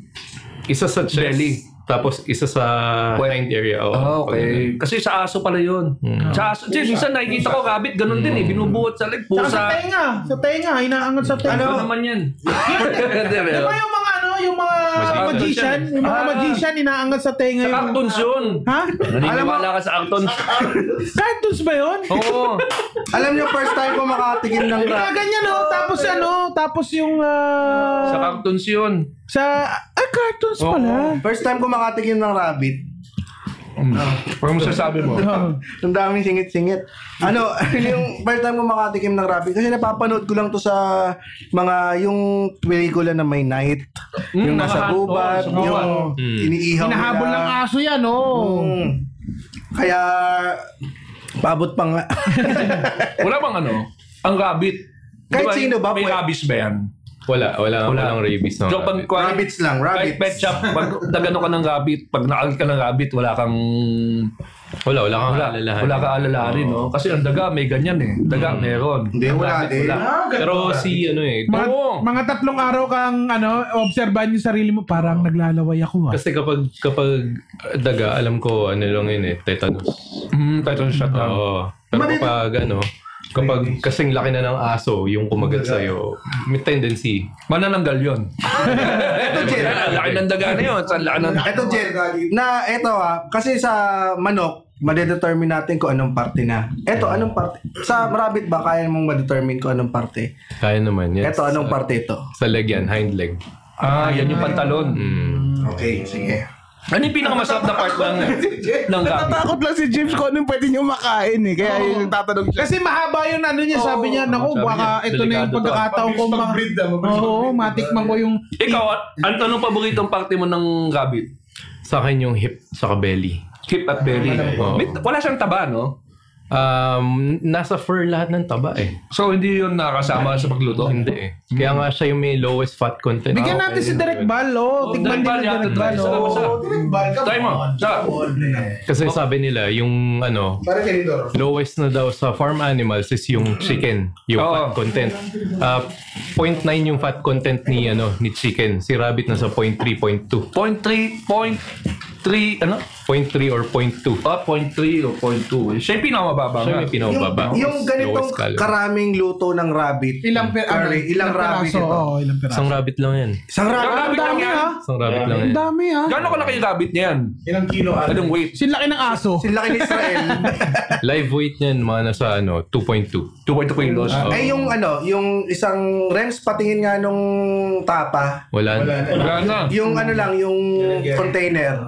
C: isa sa chest,
M: Belly.
C: tapos isa sa hind area. oo.
M: Ah, okay. Kasi sa aso pala yun.
C: Hmm.
M: Sa aso, kasi minsan nakikita ko rabbit, ganun din eh. Binubuhat sa leg,
A: Tsaka sa
M: pusa.
A: tenga. Sa tenga. Inaangat sa tenga.
M: Ano naman yan?
A: Di ba yung mga ano, yung mga
C: Magician.
A: magician, yung mga
M: Ah.
A: magician, inaangat sa tenga
M: Sa
A: yung...
M: cartoons yun.
A: Ha?
M: Naniniwala ka sa cartoons.
A: Cartoons ba yun?
C: Oh,
M: Oo.
B: Alam niyo, first time ko makatikim ng
A: Kaya
B: rabbit.
A: ganyan oh, tapos ano, tapos yung ah,
M: Sa cartoons yun.
A: sa, ah, cartoons pala.
B: First time ko makatikim ng rabbit.
M: Parang sasabi Ano mo.
B: Ang daming singit-singit. Ano, yung first time ko makatikim ng rabbit. Kasi napapanood ko lang to sa mga yung pelikula na may night.
A: Hmm,
B: yung
M: mga-
B: nasa gubat,
M: oo, sa gubat.
B: yung iniihaw
A: Hinahabol
B: nila.
A: ng aso yan oh.
B: Mm. Kaya, paabot pa nga.
M: Wala bang ano? Ang rabbit.
B: Kahit
M: Di
B: sino ba,
M: May
B: pwede.
M: rabies ba yan?
C: Wala, wala,
M: Wala.
C: wala. walang rabies ng
M: So, pag,
C: rabbit.
M: kahit-
B: rabbits lang, rabbits.
M: Kahit pet shop, pag nagano ka ng rabbit, pag naal ka ng rabbit, wala kang
C: Wala, wala kang
M: wala,
C: alalahanin.
M: wala kang alalahanin, no? Kasi ang daga may ganyan eh. Daga meron.
B: Hindi,
M: Ang
B: wala
M: rabbit,
B: din. Ah,
C: Pero si ano eh,
A: Mga,
M: Oo.
A: mga tatlong araw kang ano, obserbahan yung sarili mo parang naglalaway ako ah.
C: kasi kapag kapag daga, alam ko ano lang yun eh, tetanus.
M: Mm, title shot lang.
C: Oo. Pero kapag ano, kapag kasing laki na ng aso yung kumagat sa'yo, may tendency.
M: Manananggal yun.
B: Ito, Jen.
M: Ang laki ng daga na yun. Ang laki ng...
B: Ito, Jen. Na, ito ah. Kasi sa manok, madedetermine natin kung anong parte na. Ito, anong parte? Sa rabbit ba, kaya mong madetermine kung anong parte?
C: Kaya naman. Yes.
B: Ito, anong parte ito?
C: Sa leg yan, hind leg. Hmm.
M: Ah, yan yung pantalon.
B: Okay, sige.
M: Ano yung pinakamasarap na part ng, ng rabbit?
O: Natatakot lang si James kung anong pwede niyo makain eh. Kaya yun yung tatanong siya.
A: Kasi mahaba yun ano niya, sabi niya, naku,
C: sabi
A: baka
C: niya,
A: ito na yung
C: delikado to.
A: pagkakataon ko. mga- Oo, matikman ko yung...
M: Ikaw, an- anong paboritong parte mo ng rabbit?
C: Sa akin yung hip, sa belly.
M: Hip at belly.
C: Oo.
B: Ano
M: May- Wala siyang taba, no?
C: um, nasa fur lahat ng taba eh.
M: So, hindi yun nakasama sa pagluto?
C: Hindi eh. Kaya nga siya yung may lowest fat content.
A: Bigyan
C: Ah,
A: natin
C: okay.
A: si Direk Bal, oh. Tikman din
M: Direk Bal,
A: ni
M: yeah,
A: Direk Bal,
M: Direk Bal.
A: oh.
M: Sarap,
D: Balkan.
M: Try mo. Sarap.
C: Kasi sabi nila, yung ano,
D: Para kay Lidor.
C: lowest na daw sa farm animals is yung chicken, yung
M: Oo.
C: fat content. Ah, 0.9 yung fat content ni ano ni chicken. Si rabbit nasa 0.3, 0.2.
M: Point three, point three, ano?
C: 0.3 or 0.2.
M: Ah, point three o point two. eh. Siya yung pinakamababa
C: Siya
M: nga.
C: may pinababa.
B: yung ganitong karaming luto ng rabbit.
O: Ilang per-
B: Or
O: ano,
B: ilang rabbit
O: piraso,
B: ito.
O: oo,
A: oh,
O: ilang piraso.
C: Isang rabbit lang yan.
B: Isang
M: Ang
B: rabbit.
M: rabbit lang
A: ah.
M: yan.
C: Isang rabbit lang yan.
O: Ang dami ah.
M: Gano'n kalaki yung rabbit niya yan?
D: Ilang kilo ah?
M: Anong weight?
O: Sinlaki ng aso.
B: Silaki ni Israel.
C: Live weight niyan mga nasa ano, 2.2.
M: 2.2 kilos.
B: eh yung ano, yung isang Rems patingin nga nung tapa.
C: Wala na.
M: Wala na.
B: Yung ano lang, yung container.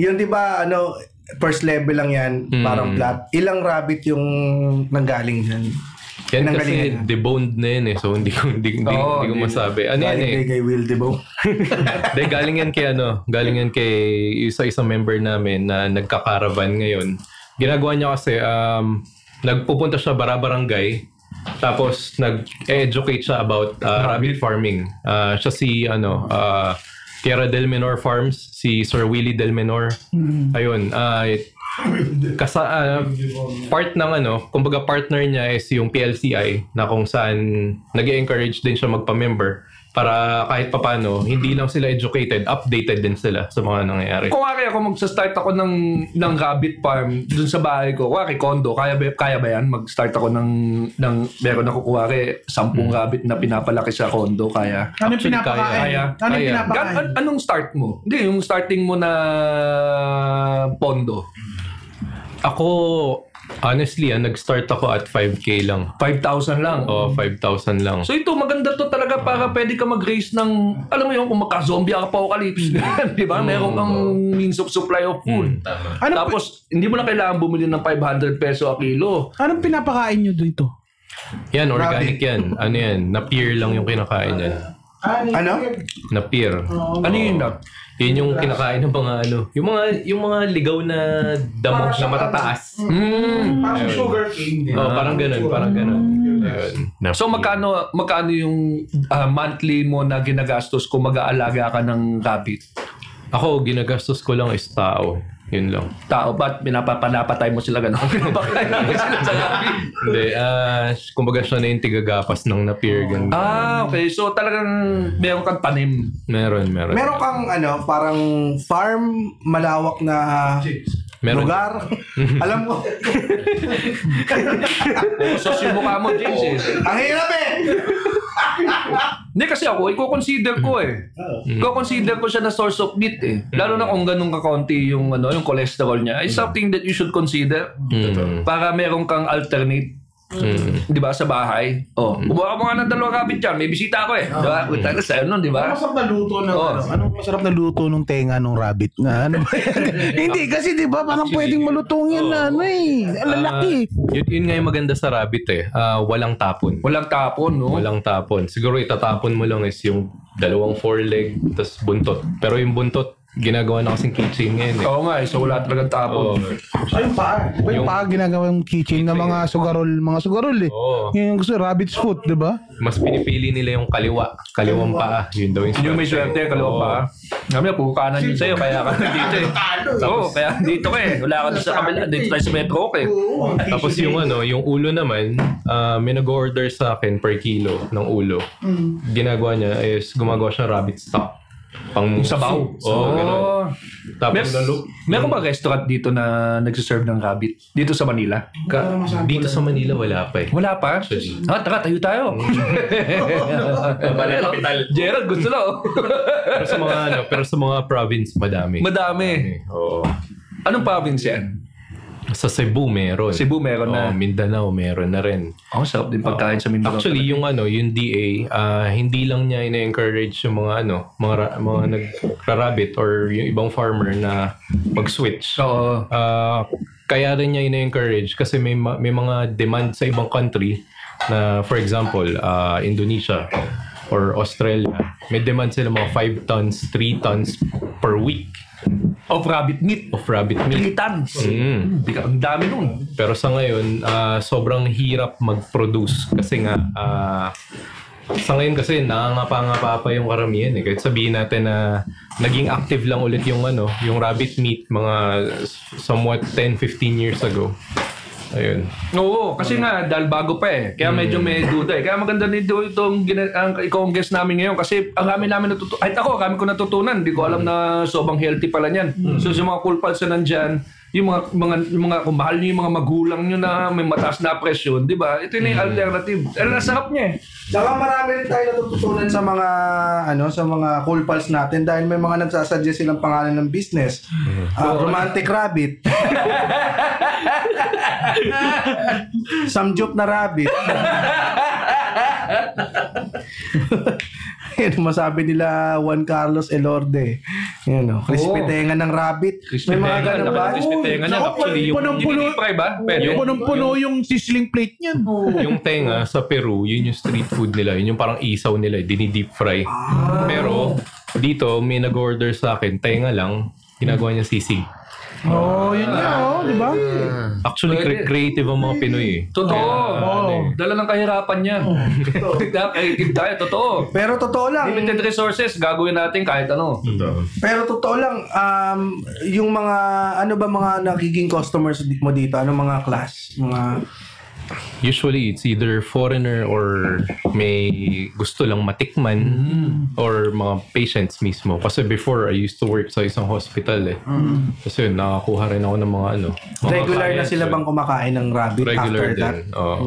B: yun di ba ano, first level lang yan,
C: Hmm.
B: parang flat. Ilang rabbit yung nanggaling dyan?
C: Yan kasi
B: Pinanggalingan na.
C: deboned na yan eh. So hindi ko, hindi, hindi,
M: Oo,
C: hindi ko
M: hindi.
C: masabi. Ano yan
B: Galing
C: eh.
B: kay Kay Will Debo.
C: Hindi, galing yan kay ano, galing yan kay isa-isa member namin na nagka-caravan ngayon. Ginagawa niya kasi, um, nagpupunta siya barabarangay, tapos nag-educate siya about uh, rabbit farming. Uh, siya si, ano, uh, Tierra del Menor Farms, si Sir Willie del Menor.
M: Mm-hmm.
C: Ayun, uh, kasa, ah, part ng ano, kumbaga partner niya is yung PLCI na kung saan nag encourage din siya magpa-member para kahit papano, hindi lang sila educated, updated din sila sa mga nangyayari.
M: Kung kaya ako magsa-start ako ng ng rabbit farm dun sa bahay ko, kuwari condo, kaya ba, kaya ba yan? Mag-start ako ng, ng meron ako kuwari 10 rabbit na pinapalaki sa condo, kaya.
A: Hmm. Ano yung
C: Actually,
A: pinapakain?
C: kaya.
A: Ano yung
C: Kaya.
A: pinapakain?
M: Gan, an- anong start mo? Hindi, yung starting mo na pondo.
C: Ako, honestly, ah, nag-start ako at 5K lang.
M: 5,000 lang.
C: O, 5,000 lang.
M: So ito, maganda to talaga para pwede ka mag-raise ng, alam mo yung kung magka-zombie apocalypse. Di ba? Meron kang means of supply of food.
A: Ano pa-
M: Tapos, hindi mo na kailangan bumili ng 500 peso a kilo.
A: Anong pinapakain nyo dito?
C: Yan, organic yan. Ano yan? Na-peer lang yung kinakain yan.
B: Ano?
C: Na-peer.
M: Ano yun na?
C: Yun yung kinakain ng mga ano, yung mga yung mga ligaw na damo na matataas.
M: Mm.
D: Parang sugar cane. Mm.
C: Oh, parang ganun, parang ganun. Ayun.
M: So magkano magkano yung ah, monthly mo na ginagastos kung mag-aalaga ka ng rabbit?
C: Ako, ginagastos ko lang is tao. Yun lang.
M: Tao ba't pinapapalapatay mo sila gano'n? Pinapakain mo sila sa rabbit.
C: Hindi, ah, kumbaga siya na yung tigagapas ng napier. ganun.
M: Ah, okay. So talagang meron kang tanim.
C: Meron, meron.
B: Meron kang ano, parang farm malawak na
C: Meron.
B: lugar. Alam mo,
M: So yung mukha mo, James. Eh.
B: ang hirap eh!
M: Hindi kasi ako, i-consider ko eh.
C: Mm.
M: Iko-consider ko siya na source of meat eh. Lalo na kung ganun kakaunti yung ano, yung cholesterol niya. It's something that you should consider
C: Mm.
M: para meron kang alternate
C: Mm.
M: 'di ba sa bahay. Oh, kumuha mo nga ng dalawang rabbit diyan. May bisita ako eh. 'Di ba?
C: Mm.
M: Punta na sa ano, 'di ba?
D: Masarap na luto ng
M: Oo.
D: ano? Anong masarap na luto ng tenga ng rabbit? Na, ano ba yan? Hindi kasi 'di ba parang pwedeng malutong yan na ano eh.
M: uh,
D: Ang lalaki.
C: Ah, yun, yun nga yung maganda sa rabbit eh. Ah, walang tapon.
M: Walang tapon, no?
C: Walang tapon. Siguro itatapon mo lang is yung dalawang foreleg, tas buntot. Pero yung buntot, ginagawa na kasing keychain ngayon eh.
M: Oo nga, eh. so wala talagang tapon.
C: Oo.
D: Ay, yung paa. Iba yung paa ginagawa yung kitchen ng mga sugarol, mga sugarol eh.
M: Oh.
C: Oo.
D: Yun yung gusto, rabbit's foot, 'di ba?
C: Mas pinipili nila yung kaliwa. Kaliwang paa. Yun daw yung
M: Yun yung may
C: swerte.
M: swerte, kalawa pa. Kami, puro kanan yun sa'yo, kaya ka nandito eh. Oo, kaya dito ka eh. Wala ka doon sa kabila, dito tayo sa metro ka eh.
C: Tapos yung ano, yung ulo naman, ah, may nag-order sa akin per kilo ng ulo. Ginagawa niya is gumagawa siya ng rabbit stock. Pang
M: Sabaw.
C: Oo, oh, ganun.
M: Oo.
C: Tapos
M: Mer- meron ba restaurant dito na nagsiserve ng rabbit? Dito sa Manila?
C: ka- dito sa Manila wala pa eh.
M: Wala pa? Ha, tara, tayo tayo. Gerald, gusto na oh.
C: Pero sa mga ano, pero sa mga province madami. Eh,
M: Madami.
C: Oo.
M: Anong province yan?
C: Sa Cebu meron.
M: Cebu meron
C: Oo,
M: na.
C: Mindanao meron na rin.
M: Ang sarap din pagkain sa Mindanao.
C: Actually, yung ano, yung DA, ah, hindi lang niya ina-encourage yung mga ano, mga ra- mga nagra-rabbit or yung ibang farmer na mag-switch.
M: Oo.
C: Ah, kaya rin niya ina-encourage kasi may ma- may mga demand sa ibang country na for example, ah, Indonesia or Australia May demand sila mga 5 tons, 3 tons per week
M: Of rabbit meat.
C: of rabbit meat.
M: 3 tons.
C: Mm.
M: Di ka- Ang dami nun.
C: Pero sa ngayon, ah, sobrang hirap mag-produce kasi nga ah, sa ngayon kasi nangangapa-ngapa pa yung karamihan eh. Kahit sabihin natin na naging active lang ulit yung ano, yung rabbit meat mga somewhat 10-15 years ago. Ayun.
M: Oo, kasi nga dahil bago pa eh. Kaya medyo may duda eh. Kaya maganda nito itong gina- ang i-congress namin ngayon kasi ang kami namin natutunan. Kahit ako, ang kami ko natutunan. Hindi ko alam na sobrang healthy pala niyan. So sa mga cool pals na nandyan, yung mga, mga, yung mga kung mahal niyo yung mga magulang niyo na may mataas na presyon, di ba? Ito na yung alternative. Eh, nasarap niya eh.
B: Saka marami rin tayo natututunan sa mga ano sa mga cool pals natin dahil may mga nagsasuggest silang pangalan ng business.
M: Mm-hmm.
B: Ah, romantic rabbit. Samjup na rabbit. Yan, masabi nila Juan Carlos Elorde. Yan o, crispy
M: Oo.
B: tenga ng rabbit. may mga
M: Oh. Tenga,
B: ganun ba?
M: laki ng crispy tenga niyan.
D: naku,
M: Actually, yung
D: punong-puno.
M: dinipry ba? Pwede.
D: Yung punong-puno yung sizzling plate niyan.
C: yung tenga sa Peru, yun yung street food nila. Yun yung parang isaw nila, eh, dini-deep fry. Pero dito, may nag-order sa akin, tenga lang, ginagawa niya sisig.
A: Oh, yun nga,
M: Ah.
A: oh, di ba?
C: Actually, cre- creative ang mga Pinoy eh.
M: Totoo.
C: ano eh.
M: Dala ng kahirapan niya. Creative tayo, totoo.
B: Pero totoo lang,
M: Limited resources, gagawin natin kahit ano.
B: Pero totoo lang, um, yung mga, ano ba mga nagiging customers di- mo dito? Ano mga class? Mga,
C: Usually, it's either foreigner or may gusto lang matikman
B: Mm.
C: or mga patients mismo. Kasi before, I used to work sa isang hospital eh. Kasi yun, nakakuha rin ako ng mga ano. mga
B: Mm. regular na
C: clients,
B: sila
C: eh.
B: bang kumakain ng rabbit
C: Regular
B: after
C: din.
B: that?
C: Oo.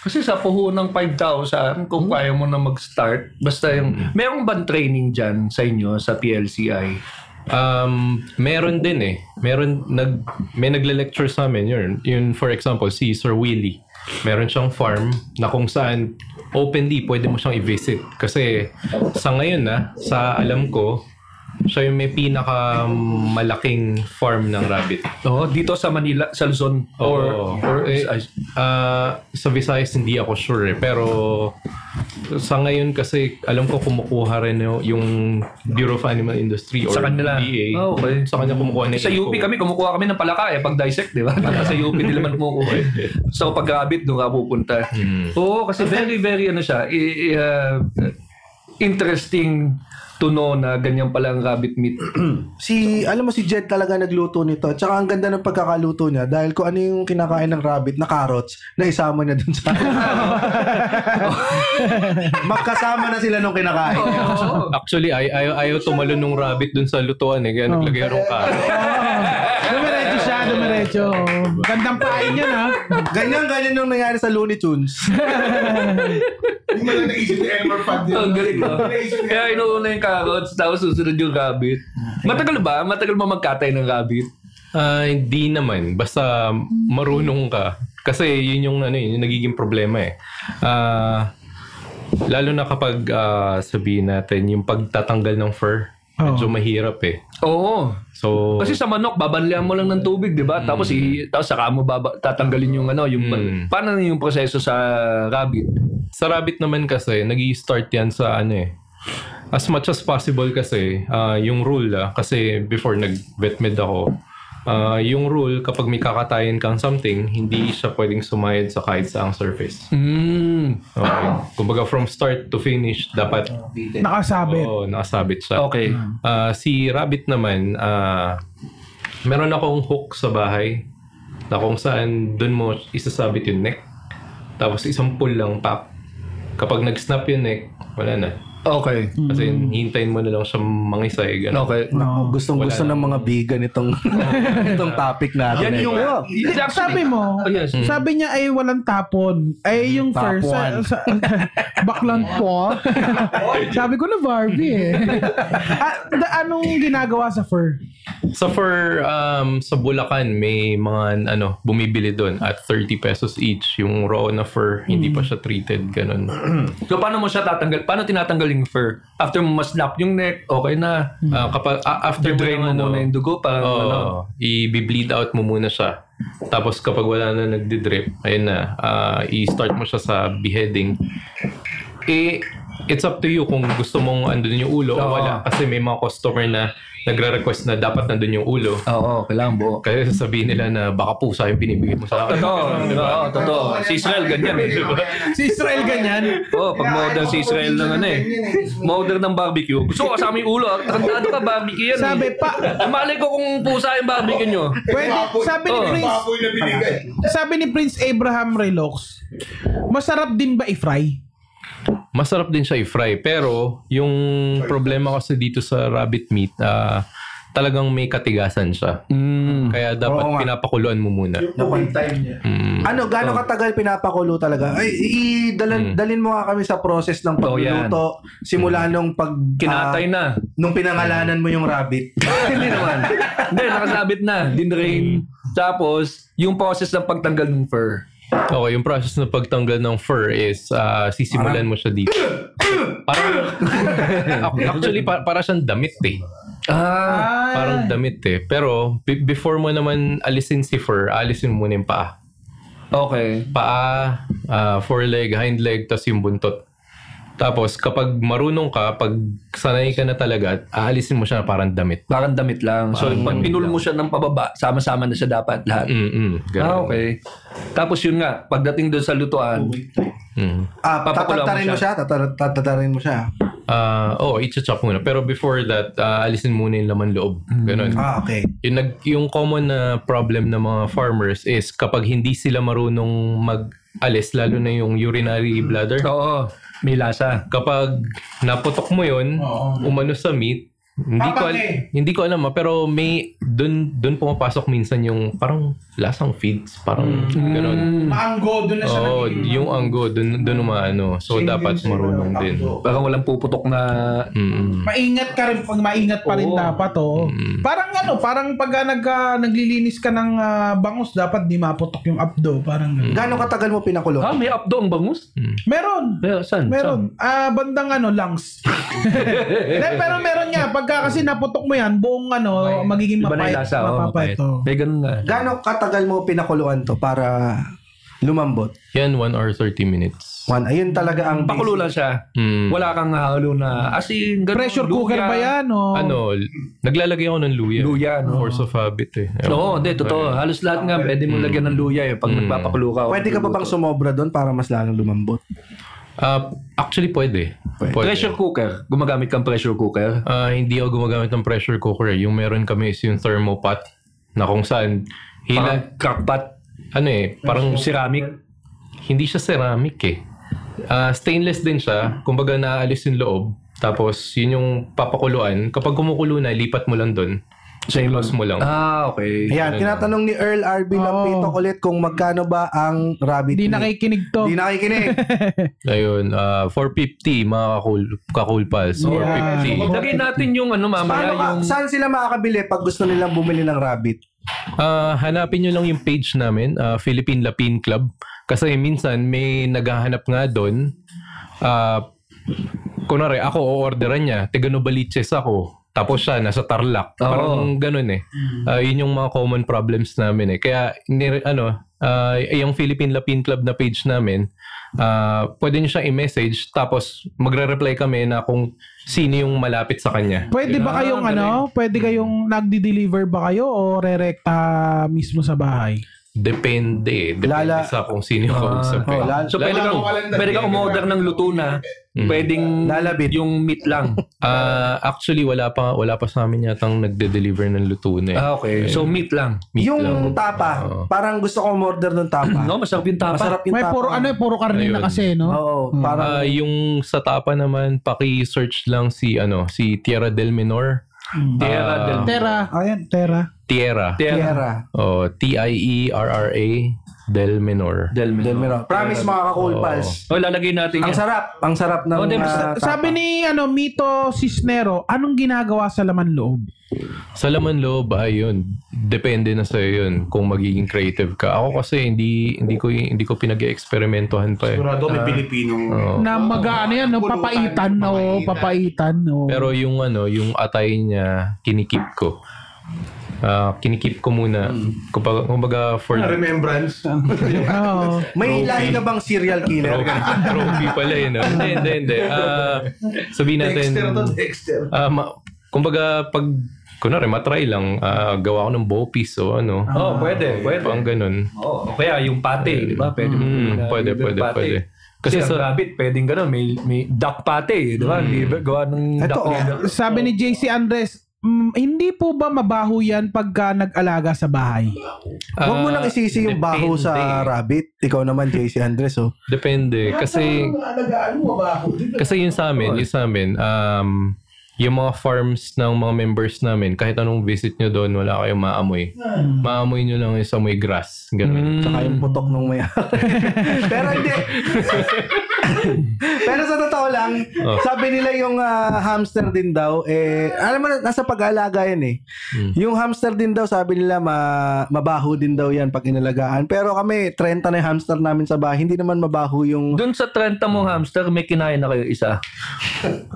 M: Kasi sa puhunang 5,000, kung
C: Hmm?
M: kaya mo na mag-start, basta yung... Meron bang training dyan sa inyo, sa PLCI?
C: Um, meron din eh. Meron, nag, may nagle-lecture sa amin yun. Yun, for example, si Sir Willie. Meron siyang farm na kung saan openly pwede mo siyang i-visit. Kasi sa ngayon na, sa alam ko, siya yung may pinaka malaking farm ng rabbit.
M: Oo, dito sa Manila, sa Luzon, or...
C: Or, or eh, ah, sa Visayas hindi ako sure eh. Pero sa ngayon kasi alam ko kumukuha rin yung- yung Bureau of Animal Industry or
M: Sa kanila.
C: BA.
M: Ah, okay.
C: Sa kanya kumukuha na
M: sa UP kami, kumukuha kami ng palaka eh, pag dissect, di ba? sa UP, di naman kumukuha eh. So, pag rabbit, doon ka pupunta.
C: Hmm.
M: Oo, kasi very, very, ano siya, i- i- uh, interesting to know na ganyan pala ang rabbit meat.
B: Si, alam mo si Jed talaga nagluto nito. Tsaka ang ganda ng pagkakaluto niya dahil kung ano yung kinakain ng rabbit na carrots, naisama niya dun sa... Magkasama na sila nung kinakain.
M: Oo.
C: Actually, ay ayaw, ayaw tumalon nung rabbit dun sa lutuan eh. Kaya naglagay rin ka.
A: Dumiretso siya, dumiretso. Gandang pain yan, ha?
B: Ganyan-ganyan yung nangyari sa Looney Tunes.
D: Hindi mo lang naisip ni Elmer Fudd yun.
M: Ang galing no?
D: Naisip ni
M: Kaya inuuna yung carrots, tapos susunod yung rabbit. Matagal ba? Matagal ba magkatay ng rabbit?
C: Ah, hindi naman. Basta marunong ka. Kasi yun yung, ano, yun yung nagiging problema eh. Ah, lalo na kapag ah, sabihin natin yung pagtatanggal ng fur. Medyo mahirap eh.
M: Oo.
C: So,
M: Kasi sa manok, babanlihan mo lang ng tubig, di ba? Tapos, i- tapos saka mo baba, tatanggalin yung ano, yung...
C: Mm.
M: Paano yung proseso sa rabbit?
C: sa rabbit naman kasi, nag start yan sa ano eh. As much as possible kasi, ah, yung rule ah, kasi before nag-vet med ako, ah, yung rule kapag may kakatayan kang something, hindi siya pwedeng sumayad sa kahit saang surface.
M: Mm.
C: Okay. Kumbaga from start to finish, dapat
A: Nakasabit.
C: oo, nakasabit siya.
M: Okay.
C: Ah, si Rabbit naman, ah, meron akong hook sa bahay na kung saan doon mo isasabit yung neck. Tapos isang pull lang, pap. Kapag nag-snap yung neck, wala na.
M: Okay.
C: Kasi hintayin mo na lang siya mangisay. Ganun.
M: Okay.
B: Naku, gustong gusto ng mga vegan itong itong topic natin. eh. Oo.
A: Sabi mo,
M: Oh, yes.
A: sabi niya ay walang tapon. Ay yung first. Sa,
B: Tapuan.
A: sa- baklan po. sabi ko na Barbie eh. ah, da- anong ginagawa sa fur?
C: So for um, sa Bulacan, may mga ano, bumibili doon at 30 pesos each. Yung raw na fur, hindi
M: Mm.
C: pa siya treated. Ganun.
M: So, paano mo siya tatanggal? Paano tinatanggal yung fur? After mo ma-snap yung neck, okay na.
C: Ah, kapag, ah, after
M: Drain mo
C: ng ano,
M: muna yung dugo para
C: Oo.
M: ano.
C: I-bleed out mo muna siya. Tapos kapag wala na nagdi-drip, ayun na, ah, i-start mo siya sa beheading. Eh, it's up to you kung gusto mong andun yung ulo o
M: Oo.
C: wala. Kasi may mga customer na nagre-request na dapat nandun yung ulo.
M: Oo, kailangan buo.
C: Kaya sasabihin nila na baka pusa yung binibigay mo sa akin.
M: Totoo, oo, totoo. Si Israel ganyan eh. di ba?
A: Si Israel ganyan.
M: Oo, pag model si Israel ng ano eh. Model ng barbecue. Gusto ko kasama yung ulo. ah. Tarantado ka, barbecue yan. eh.
A: Sabi pa,
M: Malay ko kung pusa yung barbecue nyo.
A: pwede, sabi ni
M: Oh.
A: Prince,
D: na binigay.
A: sabi ni Prince Abraham Relox, masarap din ba i-fry?
C: Masarap din siya i-fry. Pero yung problema kasi dito sa rabbit meat, ah, talagang may katigasan siya. Kaya dapat
B: Oo nga.
C: pinapakuluan mo muna. Mm.
B: Ano,
M: Oh.
B: gaano katagal pinapakulo talaga? Ay, i- dalan,
C: Mm.
B: dalin mo nga kami sa process ng
M: Oh, yan. Mm.
B: pagluluto simula nung pag
M: Kinatay
B: ah,
M: na.
B: nung pinangalanan mo yung rabbit.
M: Hindi naman. Hindi, nakasabit na. Dinrain. Tapos, yung process ng pagtanggal ng fur.
C: Okay, yung process ng pagtanggal ng fur is ah, sisimulan mo siya dito. parang, actually, para, para siyang damit eh.
M: Ah.
C: Parang damit eh. Pero be- before mo naman alisin si fur, alisin mo muna yung paa.
M: Okay.
C: Paa, ah, foreleg, hind leg, tapos yung buntot. Tapos kapag marunong ka, pag sanay ka na talaga, aalisin mo siya na parang damit.
M: Parang damit lang. So,
C: Parang
M: pag
C: damit
M: pinul
C: lang.
M: mo siya ng pababa, sama-sama na siya dapat lahat.
C: Mm-mm. ganun.
M: Ah, okay. Tapos yun nga, pagdating doon sa lutuan,
C: Mm.
B: Ah,
M: Papakulo mo
B: tatatarin mo siya, tatar- tatatarin mo siya.
C: Ah, oh, i-chop muna. Pero before that, ah, alisin muna yung laman loob. Ganun.
B: Ah, okay.
C: Yung, nag, yung common na problem ng mga farmers is kapag hindi sila marunong mag-alis, lalo na yung
A: Hmm.
C: urinary bladder,
M: oo, may lasa.
C: kapag naputok mo yun, umano sa meat, hindi ko, al-
A: eh.
C: hindi ko alam ah, pero may dun dun pumapasok minsan yung parang lasang feeds, parang ganun.
A: Hmm. Maanggo, doon na siya
C: Oo,
A: nagiging-
C: yung anggo dun dun umaano. So dapat marunong din.
M: Parang walang puputok na...
C: Mm.
A: Maingat ka rin, pag maingat pa rin
M: Oo.
A: dapat, oh. Parang ano, parang pag ah, nag, ah, naglilinis ka ng ah, bangus, dapat di maputok yung abdo, parang
M: Mm.
A: ganun.
B: Gaano katagal mo pinakulo?
M: Ah, may updo ang bangus?
C: Hmm.
A: Meron!
M: Pero, saan?
A: Meron. Ah, bandang ano, lungs. Hindi, pero meron nga. Pagka kasi naputok mo yan, buong ano, magiging
M: Saan? Iba na yung
A: mapayat.
M: lasa. oo,
A: mapapayat.
M: mapait.
A: oh.
M: May ganun nga.
B: Gaano katagal mo pinakuluan to para lumambot?
C: Yan 1 hour 30 minutes.
B: One, ayun talaga ang basic.
M: Pakulo lang siya.
C: Mm.
M: Wala kang ah, halo na... As in, ganun,
A: Pressure cooker
M: luya.
A: ba yan? O?
M: Oh.
C: Ano, l- naglalagay ako ng luya.
M: Luya, no?
C: Force of habit eh. Ewan ko.
M: Oo, hindi, totoo. Halos lahat nga, pwede mo lagyan ng luya eh, pag
C: Mm.
M: nagpapakulo ka. o
B: Pwede ka pa
M: nagluluto.
B: bang sumobra doon para mas lalong lumambot?
C: Ah, actually, pwede. pwede.
M: Pressure cooker. Gumagamit kang pressure cooker.
C: Ah, hindi ako gumagamit ng pressure cooker. eh. Yung meron kami is yung thermopot na kung saan
M: Parang
C: hila,
M: crackpot.
C: ano eh, parang
M: Ceramic.
C: hindi siya ceramic eh. Ah, stainless din siya. Kumbaga naaalis yung loob. Tapos yun yung papakuluan. Kapag kumukulo na, lipat mo lang doon. Close mo lang.
M: Ah, okay.
B: Ayan, tinatanong ni Earl RB Lampitok ulit kung magkano ba ang rabbit
A: Di
B: meat.
A: nakikinig to.
B: Di nakikinig.
C: Ayun, ah, 450 mga kakul, kakulpals. 450.
M: Lagay natin yung ano mamaya
B: Paano ka,
M: yung...
B: saan sila makakabili pag gusto nilang bumili ng rabbit?
C: Ah, hanapin nyo lang yung page namin, ah, Philippine Lapin Club. Kasi minsan may naghahanap nga doon. Ah, kunwari, ako o-orderan niya. Tiganobaliches ako. Tapos siya, nasa Tarlac. Parang ganun eh. Ah, yun yung mga common problems namin eh. Kaya, ni, ano, ah, yung Philippine Lapin Club na page namin, ah, pwede niyo siya i-message. Tapos, magre-reply kami na kung sino yung malapit sa kanya.
A: Pwede ba kayong ano? Pwede
M: Hmm.
A: kayong nagdi-deliver ba kayo o rerekta mismo sa bahay?
C: Depende. eh. Depende
B: Lala- oh,
C: sa kung sino yung kausap eh.
B: lala-
M: So, pwede kang, pwede kang umorder ng luto na. Pwedeng
B: Lalabit.
M: yung meat lang.
C: Ah, actually wala pa wala pa sa amin yatang nagde-deliver ng luto na eh.
M: Ah, okay. So, meat lang.
C: Meat
B: yung
C: lang.
B: tapa.
C: Oo.
B: Parang gusto kong order ng tapa.
M: No, masarap yung tapa.
B: Masarap yung
A: May
B: tapa.
A: puro ano, Hmm. eh, puro karne na
C: Ayun.
A: kasi, no?
B: Oo, parang
C: Ah, yung sa tapa naman paki-search lang si ano, si Tierra del Menor.
M: Tierra
C: Ah,
M: del-
A: Tera. Ayan, tera.
C: Tierra.
M: Tierra
B: tierra.
C: Oh, T I E R R A del Menor.
M: del Menor.
B: Del Miro. Promise mga kakul pals.
M: Oh, lalagay natin
B: Ang
M: yan.
B: sarap. Ang sarap ng
M: Oh, di ba,
B: ah, tapa.
A: Sabi ni ano Mito Cisnero, anong ginagawa sa laman loob?
C: Sa laman loob, ayun. Depende na sa'yo yun kung magiging creative ka. Ako kasi hindi hindi ko hindi ko pinag-experimentohan pa eh.
D: Sigurado may Pilipinong...
C: Oo.
A: Na mag ano yan, no?
D: Pulutan,
A: papaitan, no?
D: papaitan.
A: Papaitan, no?
C: Pero yung ano, yung atay niya, kinikip ko. ah, kinikip ko muna. Kumbaga, kumbaga for
D: Remembrance.
O: Oo.
B: May lahi ka bang serial killer?
C: trophy, trophy pala yun. ah. Hindi, hindi, hindi. Ah, sabihin natin,
D: Dexter.
C: ah, ma- kumbaga pag, kunwari matry lang, ah, gawa ko ng bow piece o ano.
M: Oh, pwede, pwede.
C: Pang ganun.
M: Oo, o kaya yung pate, di ba? Pwede mo
C: Mm,
M: gawin na
C: pwede,
M: liver
C: pwede, pwede.
M: Kasi,
C: Kasi
M: sa
C: sa-
M: rabbit, pwedeng gano'n. May, may duck pate, di ba? Liver, gawa ng
B: Ito,
M: duck
B: oh.
M: liver.
A: Sabi ni JC Andres, "Mm, hindi po ba mabaho yan pagka nag-alaga sa bahay?
B: Huwag mo nang
C: Ah,
B: isisi yung baho sa
C: depende.
B: rabbit. Ikaw naman, JC Andres, oh.
C: Depende. Kasi, kasi yun sa amin, yun sa amin, um, yung mga farms ng mga members namin, kahit anong visit nyo doon, wala kayong maamoy.
D: Hmm.
C: Maamoy nyo lang yung sa amoy grass. Ganun.
B: Tsaka yung putok nung may Pero hindi. Pero sa totoo lang,
C: Oh.
B: sabi nila yung ah, hamster din daw, eh, alam mo, na, nasa pag-aalaga yan eh.
C: Mm.
B: Yung hamster din daw, sabi nila, ma- mabaho din daw yan pag inalagaan. Pero kami, 30 na yung hamster namin sa bahay, hindi naman mabaho yung...
M: Doon sa 30 mong hamster, may kinain na kayo isa.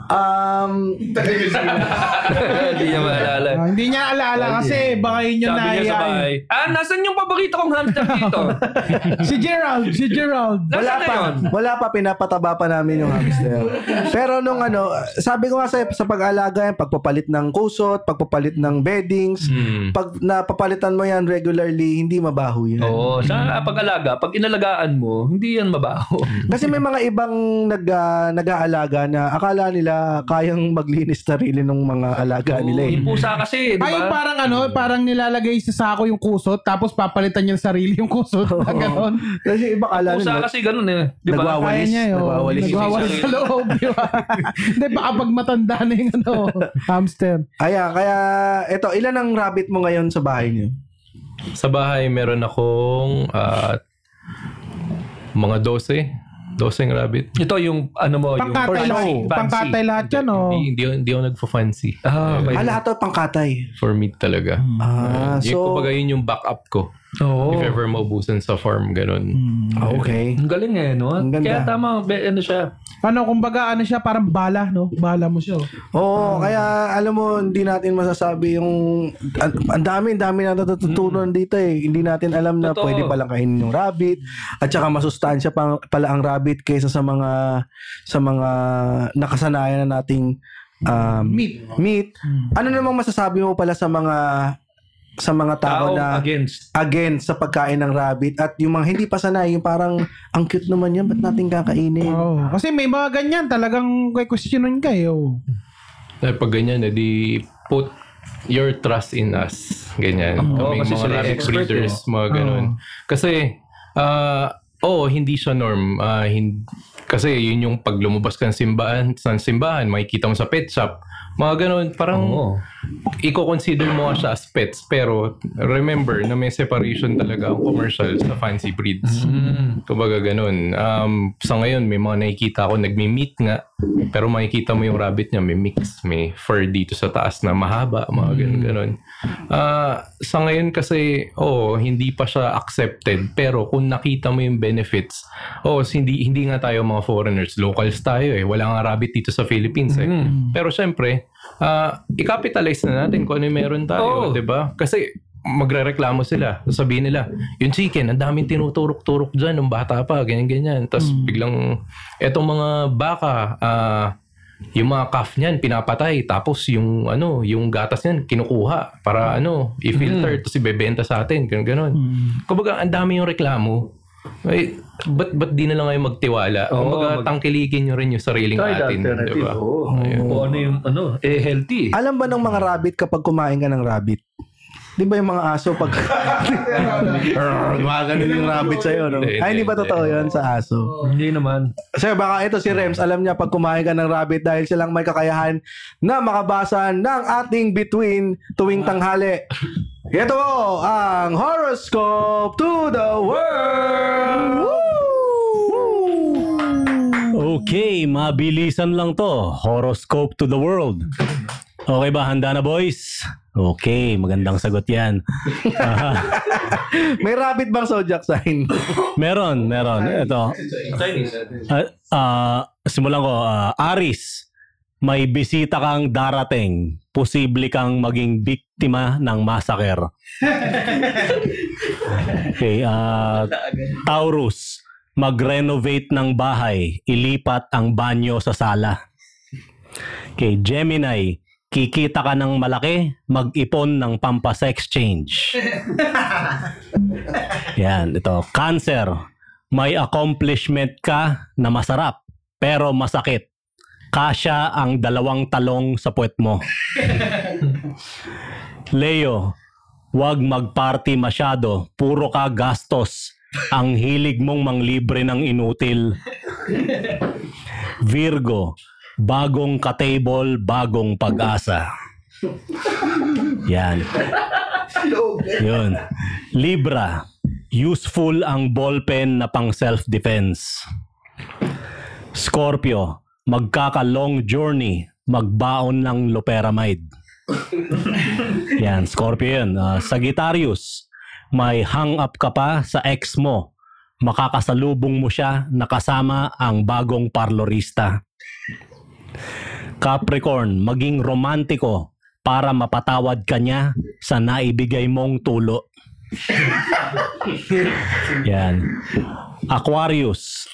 B: Um,
M: Hindi niya maalala.
A: Ah, hindi niya alala kasi baka yun yung
M: Sabi niya sa
A: nahiyaan.
M: bahay, ah, nasan yung paborito kong hamster dito?
A: Si Gerald, si Gerald.
M: Nasaan
B: wala
M: na
B: pa,
M: yun?
B: wala pa, pinapataba pa namin yung hamster. Pero nung ano, sabi ko nga sa, sa pag-aalaga yan, pagpapalit ng kusot, pagpapalit ng beddings,
C: Mm.
B: pag napapalitan mo yan regularly, hindi mabaho yan.
M: Oo, sa pag-alaga, pag inalagaan mo, hindi yan mabaho.
B: Kasi may mga ibang nag, ah, nag-aalaga na akala nila kayang maglinis sarili ng mga alaga nila eh.
M: Yung pusa kasi, di
O: Ay,
M: ba?
O: parang ano, parang nilalagay sa sako yung kusot, tapos papalitan niya sa sarili yung kusot. na Ganon.
B: Kasi iba akala
M: Pusa
B: nila
M: kasi ganun eh. Di ba?
B: nagwawalis.
O: Kaya niya yun.
B: nagwawalis.
O: Nagwawalis sa loob. di ba? Hindi, baka pag matanda na yung ano, hamster.
B: Ayan, kaya eto, ilan ang rabbit mo ngayon sa bahay niyo?
C: Sa bahay, meron akong ah, mga 12. 12 ng rabbit.
M: Ito yung ano mo, yung
A: Pangkatay lahat.
M: fancy.
A: Pangkatay lahat yan, oh.
C: Hindi, hindi, hindi ako nagpa-fancy.
M: Ah, may-
B: Ah, lahat to pangkatay.
C: For me talaga.
B: Ah,
C: yung,
B: so...
C: kumbaga yun yung backup ko.
M: Oo.
C: If ever maubusan sa farm, ganun.
B: Ah, okay.
M: Ang galing eh, no?
B: Ang ganda.
M: Kaya tama, be- ano siya.
A: Ano, kumbaga, ano siya, parang bala, no? Bala mo siya. oh.
M: Ah.
B: Oo, kaya alam mo, hindi natin masasabi yung... Ang ang dami, ang dami na natututunan dito eh. Hindi natin alam na
M: Mm. Totoo.
B: pwede palang kainin yung rabbit. At saka masustansya pa, pala ang rabbit kaysa sa mga sa mga nakasanayan na nating um, meat. meat.
M: Mm.
B: Ano namang masasabi mo pala sa mga sa mga tao
M: Tao
B: na
M: against.
B: again sa pagkain ng rabbit at yung mga hindi pa sanay, yung parang ang cute naman yan, ba't natin kakainin?
A: Oo. Oh, Kasi may mga ganyan, talagang kay questionin ka, eh, oh.
C: Dahil pag ganyan, edi put your trust in us. Ganyan.
M: Oo,
C: Kaming
M: kasi
C: mga
M: sila
C: rabbit
M: expert eh.
C: breeders, mga ganun. Kasi, ah, oh, hindi siya norm. Ah, hin- kasi yun yung pag lumabas ka ng simbahan, sa simbahan, makikita mo sa pet shop. Mga ganun, parang
M: Oo.
C: i-consider mo nga siya as pets. Pero remember na may separation talaga ang commercial sa fancy breeds. Kumbaga ganun. Um, sa ngayon, may mga nakikita ako nagmi-meet nga. Pero makikita mo yung rabbit niya, may mix, may fur dito sa taas na mahaba, mga ganun, ganun. Ah, sa ngayon kasi, oh, hindi pa siya accepted. Pero kung nakita mo yung benefits, oh, hindi, hindi nga tayo mga foreigners, locals tayo eh. Wala nga rabbit dito sa Philippines eh. Pero syempre, ah, i-capitalize na natin kung ano yung meron tayo,
M: Oo.
C: di ba? Kasi magrereklamo sila. Sasabihin nila, yung chicken, ang daming tinuturok-turok dyan nung bata pa, ganyan-ganyan. Tapos biglang, etong mga baka, ah, yung mga calf niyan, pinapatay. Tapos yung, ano, yung gatas niyan, kinukuha para, ano,
M: Mm.
C: i-filter. Tapos ibebenta sa atin, ganun-ganun. Kumbaga, ang dami yung reklamo. Ay, ba't, ba't di na lang kayo magtiwala? Kumbaga, tangkilikin nyo rin yung sariling atin. Di ba?
M: Oo. Kung ano yung, ano, eh, healthy.
B: Alam ba ng mga rabbit kapag kumain ka ng rabbit? Di ba yung mga aso pag... Gumagano yung rabbit sa'yo, no?
C: Hindi,
B: Ay, hindi
C: hindi,
B: ba
C: hindi.
B: totoo yun sa aso?
M: Hindi naman.
B: Sir, baka ito si Rems, alam niya pag kumain ka ng rabbit dahil silang may kakayahan na makabasa ng ating between tuwing tanghali. Ito po ang Horoscope to the World!
I: Okay, mabilisan lang to. Horoscope to the world. Okay ba? Handa na boys? Okay, magandang sagot yan. Ah,
B: May rabbit bang zodiac sign?
I: meron, meron. Ito. Ah, ah, simulan ko. ah, Aris. may bisita kang darating. Posible kang maging biktima ng massacre. okay, ah, Taurus, mag-renovate ng bahay, ilipat ang banyo sa sala. Okay, Gemini, kikita ka ng malaki, mag-ipon ng pampasex change. Yan, ito. Cancer, may accomplishment ka na masarap, pero masakit. Kasya ang dalawang talong sa puwet mo. Leo, wag magparty masyado. Puro ka gastos. Ang hilig mong manglibre ng inutil. Virgo, bagong ka-table, bagong pag-asa. Yan. Yun. Libra, useful ang ballpen na pang self-defense. Scorpio, magkaka-long journey, magbaon ng loperamide. Yan, Scorpio yun. Ah, Sagittarius, may hang up ka pa sa ex mo. Makakasalubong mo siya nakasama ang bagong parlorista. Capricorn, maging romantiko para mapatawad ka niya sa naibigay mong tulo. Yan. Aquarius,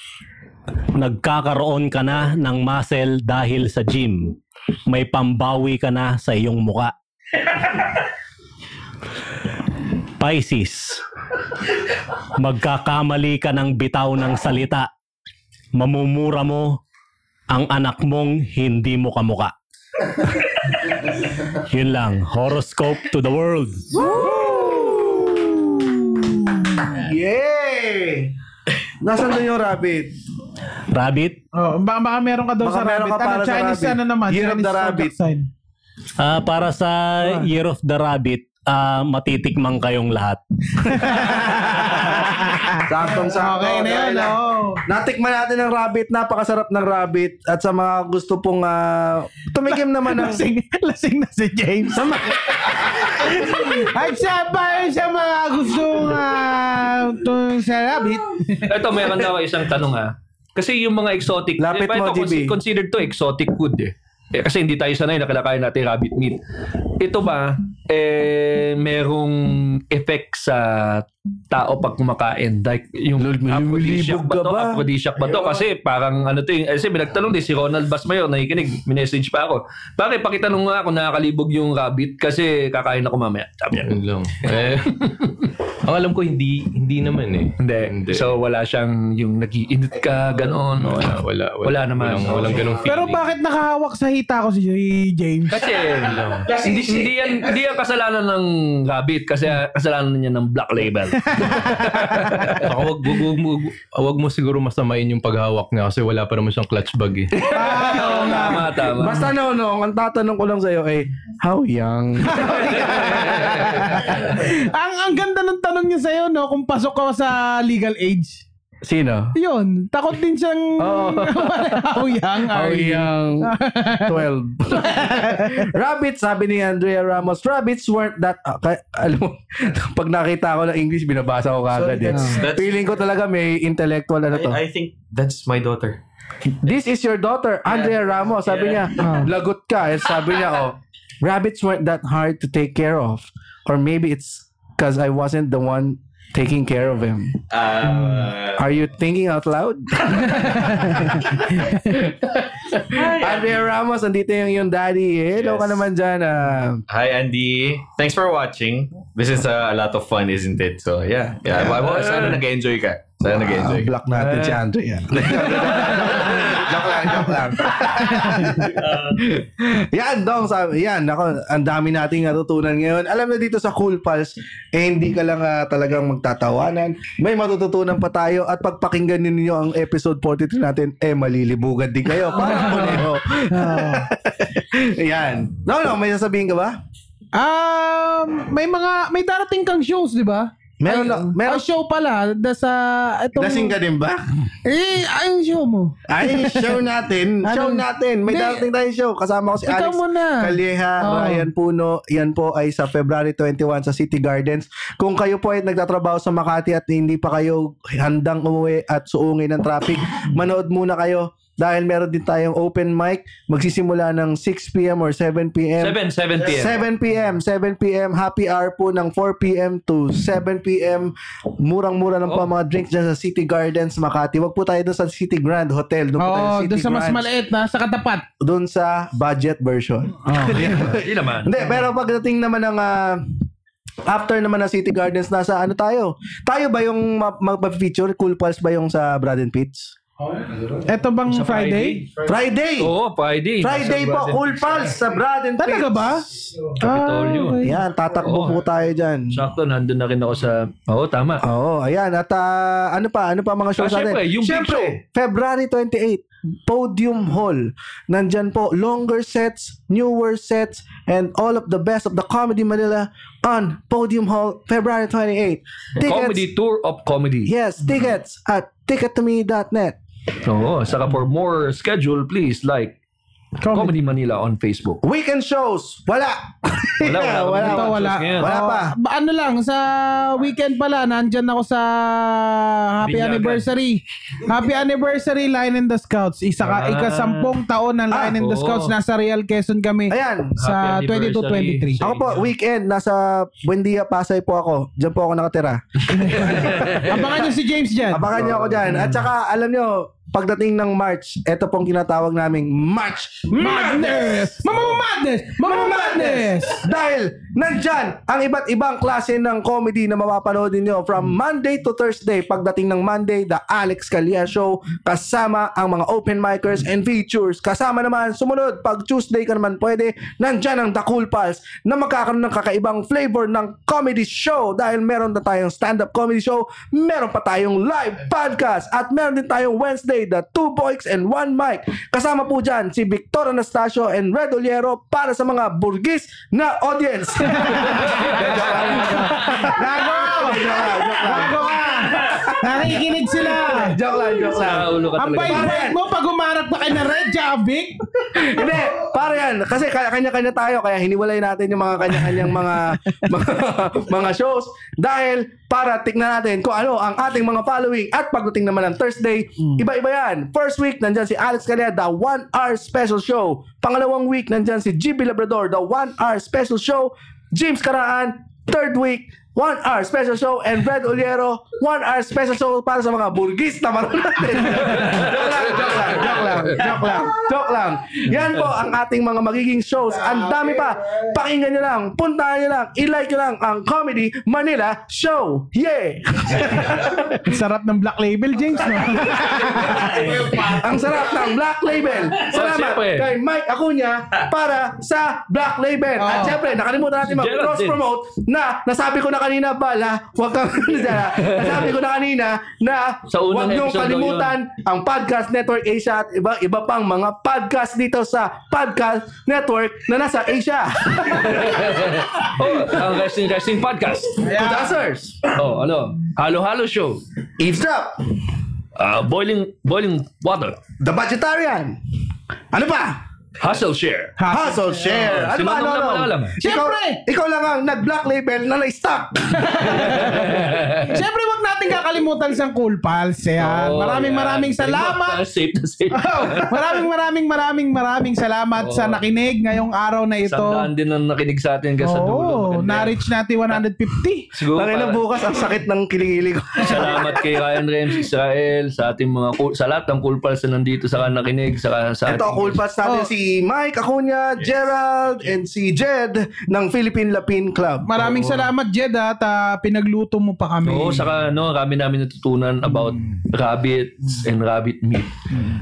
I: nagkakaroon ka na ng muscle dahil sa gym. May pambawi ka na sa iyong muka. Pisces, magkakamali ka ng bitaw ng salita. Mamumura mo ang anak mong hindi mo kamuka. Yun lang, horoscope to the world.
B: Yay! Nasaan doon yung rabbit?
I: Rabbit,
A: Oh, baka, baka meron ka daw
B: Baka
A: sa
B: meron
A: rabbit.
B: ka para
A: ano,
B: sa
A: Chinese
B: rabbit.
A: ano naman?
B: Year of
A: Chinese
B: the
A: zodiac
B: rabbit.
A: sign.
I: ah, para sa
N: Ah.
I: Year of the Rabbit, ah, matitikmang kayong lahat.
B: Saktong sakto.
A: Ah. Okay na yun, oh.
B: Dahil-
A: oo.
B: Natikman natin ang rabbit. Napakasarap ng rabbit. At sa mga gusto pong ah, tumikim naman ng...
A: Lasing, lasing na si James. At siya pa sa mga gustong uh, sa rabbit.
M: Ito, meron daw isang tanong ha. Kasi yung mga exotic,
B: Lapit
M: eh,
B: mo,
M: ito,
B: GB.
M: consi- considered to exotic food eh. Eh, kasi hindi tayo sanay na kinakain natin rabbit meat. Ito ba, eh, merong effect sa tao pag kumakain? Like, yung
B: Lord, malulibog
M: aphrodisiac ba
B: ka
M: to?
B: ba?
M: Aphrodisiac ba to? Kasi parang ano to yung, kasi binagtanong din si Ronald Basmayo, nakikinig, minessage pa ako. Pare, pakitanong nga kung nakakalibog yung rabbit kasi kakain ako mamaya. Sabi niya.
C: Yun lang. Eh, ang alam ko, hindi hindi naman eh.
M: Hindi. So, wala siyang yung nag-iinit ka, gano'n. ano.
C: wala, Ah, wala, wala.
M: Wala naman.
C: Walang, walang ganong feeling.
A: Pero bakit nakahawak sa hita ko si James?
M: Kasi, hindi, hindi, yan, hindi yan kasalanan ng rabbit. Kasi ah, kasalanan niya ng black label.
C: Saka wag, wag, wag, mo- wag mo siguro masamain yung paghawak niya kasi wala pa naman siyang clutch bag eh.
M: Oo, tama, tama.
B: Basta no, no. Ang tatanong ko lang sa'yo ay, how young?
A: ang ang ganda ng tanong niya sa'yo, no? Kung pasok ka sa legal age.
B: Sino?
A: Yun. Takot din siyang...
B: Oo.
A: How young
B: How
A: are you?
B: young? 12. rabbits, sabi ni Andrea Ramos, rabbits weren't that... ah, ka- alam mo, pag nakita ko ng English, binabasa ko kagad. eh.
N: that's- that's-
B: Feeling ko talaga may intellectual ano to.
N: I, I think that's my daughter.
B: This is your daughter, Andrea Ramos. Sabi niya, lagot ka. Eh, sabi niya, oh, rabbits weren't that hard to take care of. Or maybe it's because I wasn't the one taking care of him.
N: Uh,
B: Are you thinking out loud? Andrea Ramos, andito yung yung daddy. Eh. Hello ka
N: Yes.
B: naman dyan. ah.
N: Hi, Andy. Thanks for watching. This is uh, a lot of fun, isn't it? So, yeah. yeah. Well, sana nag-enjoy ka. Sana
C: Ah.
N: nag-enjoy ka.
B: block natin si
A: ah.
B: Andrea. Eh. joke lang, joke lang. Uh. yan, Dong. Sabi, yan, ako, ang dami nating natutunan ngayon. Alam na dito sa Cool Pals, eh, hindi ka lang ah, talagang magtatawanan. May matututunan pa tayo at pagpakinggan ninyo ang episode 43 natin, eh, malilibugan din kayo. Parang kuneho. yan. No, no, may sasabihin ka ba?
A: Um, may mga... May darating kang shows, di ba?
B: Meron,
A: Ay,
B: na, meron.
A: ah, show pala. Da sa... Itong,
B: Lasing ka din ba?
A: Eh, ayun show mo.
B: Ay, show natin. show
A: Anong-
B: natin. May
A: Hindi.
B: darating tayong show. Kasama ko si
A: Ikaw
B: Alex
O: Ah.
A: muna.
B: Calieja,
O: Oh.
A: Oo.
B: Ryan Puno. Yan po ay sa February 21 sa City Gardens. Kung kayo po ay nagtatrabaho sa Makati at hindi pa kayo handang umuwi at suungin ng traffic, manood muna kayo Dahil meron din tayong open mic. Magsisimula ng 6 p.m. or 7 p.m.
M: 7, 7 p.m.
B: 7 p.m. 7 p.m. Happy hour po ng 4 p.m. to 7 p.m. Murang-mura lang
O: Oh.
B: po ang mga drinks dyan sa City Gardens, Makati. Wag po tayo doon sa City Grand Hotel. Doon po tayo
O: Oo,
B: sa
O: oh,
B: City
O: doon sa mas
B: Grand.
O: maliit na, sa katapat.
B: Doon sa budget version.
M: Yun naman.
B: Hindi, pero pagdating naman ng ah, after naman ng City Gardens, nasa ano tayo? Tayo ba yung ma- magpa-feature? Cool Pals ba yung sa Brad and Pitts?
O: Ito bang Friday?
B: Friday!
M: Oo, Friday.
B: Friday
M: Nasa
B: po,
M: Braden
B: Cool Pals sa Brad and Pitts.
O: Talaga ba?
M: Capitolio.
B: Yan, tatakbo po tayo dyan.
M: Sakto, nandun na rin ako sa... Oo, tama.
B: Oo, ayan. At ah, ano pa? Ano pa mga shows
M: Ah,
B: natin?
M: syempre, yung big
B: February 28, Podium Hall. Nandyan po, longer sets, newer sets, and all of the best of the Comedy Manila on Podium Hall, February 28. Tickets,
M: Comedy Tour of Comedy.
B: Yes, tickets at tickettome.net.
M: Oo, saka for more schedule, please like Comedy Manila on Facebook.
B: Weekend shows, wala.
M: Wala, wala.
B: Yeah, wala.
M: Ito,
O: wala.
B: Wala
O: Oo,
B: pa.
O: ba- ano lang, sa weekend pala, nandyan ako sa happy
M: Binyagan.
O: anniversary. happy anniversary Lion and the Scouts. Isa ka,
M: Ah.
O: ikasampung taon ng Lion and the
M: oo.
O: Scouts. Nasa Real Quezon kami.
B: Ayan.
O: Sa
M: Happy
O: 22-23.
M: anniversary.
B: Ako po, weekend, nasa Buendia, Pasay po ako. Diyan po ako nakatira.
O: Abangan nyo si James dyan.
B: Abangan niyo ako dyan. At saka, alam niyo, pagdating ng March, ito pong kinatawag naming March
O: Madness!
B: Madness!
O: Mama Madness! Mama Madness!
B: Dahil nandyan ang iba't ibang klase ng comedy na mapapanood niyo from Monday to Thursday. Pagdating ng Monday, The Alex Calia Show, kasama ang mga open micers and features. Kasama naman, sumunod, pag Tuesday ka naman pwede, nandyan ang The Cool Pals na magkakaroon ng kakaibang flavor ng comedy show dahil meron na tayong stand-up comedy show, meron pa tayong live podcast at meron din tayong Wednesday, The Two Boys and One Mic. Kasama po dyan si Victor Anastasio and Red Oliero para sa mga burgis na audience.
O: Gago! Gago ka! Nakikinig sila!
B: joke lang, joke lang.
M: Sa ulo ka
O: Ang
M: talaga.
O: bait-bait mo pag umarap pa kay na Red Javik.
B: Hindi, para yan. Kasi ka- kanya-kanya tayo, kaya hiniwalay natin yung mga kanya-kanyang mga, mga, mga shows. Dahil para tignan natin kung ano ang ating mga following. At pagdating naman ng Thursday, iba-iba yan. First week, nandyan si Alex Calea, The One Hour Special Show. Pangalawang week, nandyan si GB Labrador, The One Hour Special Show. James Karaan, third week, One Hour Special Show and Fred Oliero, One Hour Special Show para sa mga burgis na maroon natin. joke lang, joke lang, joke lang, joke lang, joke lang. Yan po ang ating mga magiging shows. Ang dami pa. Pakinggan nyo lang, puntahan nyo lang, ilike nyo lang ang Comedy Manila Show. Yeah!
O: Sarap ng Black Label, James. No?
B: ang sarap ng Black Label. Salamat
M: Oh, siyempre.
B: kay Mike Acuña para sa Black Label. At syempre, nakalimutan natin
M: Gerald din.
B: mag-cross-promote na nasabi ko na kanina, Bal, ha? Huwag kang Nasabi ko na kanina na
M: Sa
B: huwag
M: unang
B: niyong
M: episode daw
B: kalimutan ang Podcast Network Asia at iba, iba pang mga podcast dito sa Podcast Network na nasa Asia.
M: Oh, ang Wrestling Wrestling Podcast.
B: Dancers,
M: Oh, ano? Halo-halo show.
B: Eavesdrop,
M: Ah, boiling boiling water.
B: The Budgetarian. Ano pa?
M: Hustle share.
B: Hustle share. Ano
M: si Manong lang wala alam.
B: Siyempre! Ikaw, ikaw lang ang nag-black label na na-stock.
O: Siyempre, wag natin kakalimutan sa Cool Pals.
A: Ah,
O: Yan.
M: Oh,
O: maraming
M: yan.
O: maraming
M: Very
O: salamat.
M: much, uh, Safe to say.
O: maraming maraming maraming maraming salamat
M: Oo.
O: sa nakinig ngayong araw na ito.
M: Oh. Sandaan din ang nakinig sa atin kasi sa dulo.
O: Oo,
M: Maganda.
O: na-reach natin 150.
M: Siguro
B: Tangina
M: para-
B: bukas ang sakit ng kilingiling ko.
M: Salamat kay Ryan Rems Israel sa ating mga cool- sa lahat ng cool pals na nandito sa nakinig sa sa
B: Ito,
M: ating-
B: cool pass natin
O: Oh.
B: si Mike Acuña, Gerald, and si Jed ng Philippine Lapin Club.
M: Oh.
O: Maraming salamat, Jed, at ah, pinagluto mo pa kami.
M: Oo, saka no, kami namin natutunan about
O: Mm.
M: rabbits and rabbit meat.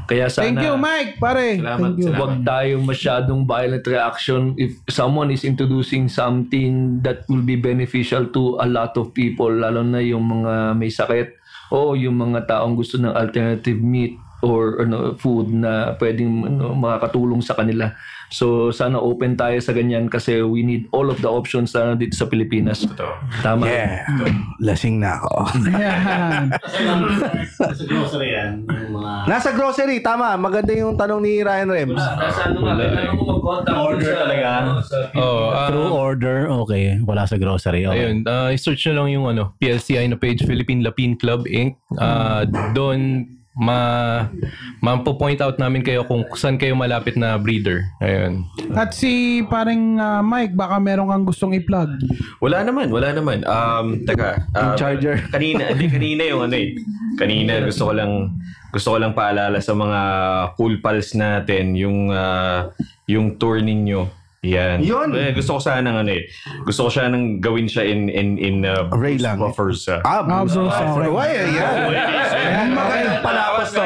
M: Kaya sana
O: Thank you, Mike, pare.
N: Salamat,
O: Thank you.
N: salamat.
M: Huwag tayong masyadong violent reaction if someone is introducing something that will be beneficial to a lot of people, lalo na yung mga may sakit o yung mga taong gusto ng alternative meat or ano, food na pwedeng ano, makakatulong sa kanila. So sana open tayo sa ganyan kasi we need all of the options na dito sa Pilipinas. Tama.
B: Yeah. Lasing na ako.
O: Yan.
P: Sa grocery yan, yung mga...
M: Ah.
B: Nasa grocery, tama. Maganda yung tanong ni Ryan Rems.
M: Nasa ano nga, kailangan mo mag-contact.
N: Order
M: sa-
N: talaga.
M: ano, sa-
C: Oh, ah,
I: Through order, okay. Wala sa grocery. Okay.
C: Ayun, ah, i-search nyo lang yung ano, PLCI na page, Philippine Lapin Club Inc. Ah, doon, ma mapo-point out namin kayo kung saan kayo malapit na breeder. Ayun.
A: At si paring ah, Mike, baka meron kang gustong i-plug.
N: Wala naman, wala naman. Um, taka. Um, charger. Kanina, hindi kanina yung ano eh. Kanina gusto ko lang gusto ko lang paalala sa mga cool pals natin yung ah, yung tour ninyo. Yan.
B: Yun.
N: Eh, gusto ko sana ng ano eh. Gusto ko siya ng gawin siya in in in uh,
B: Ray
N: Bruce
B: lang.
N: buffers. ah.
B: Ah,
A: I'm so sorry.
B: Why? Ayan.
N: Ayan, magandang palapas to.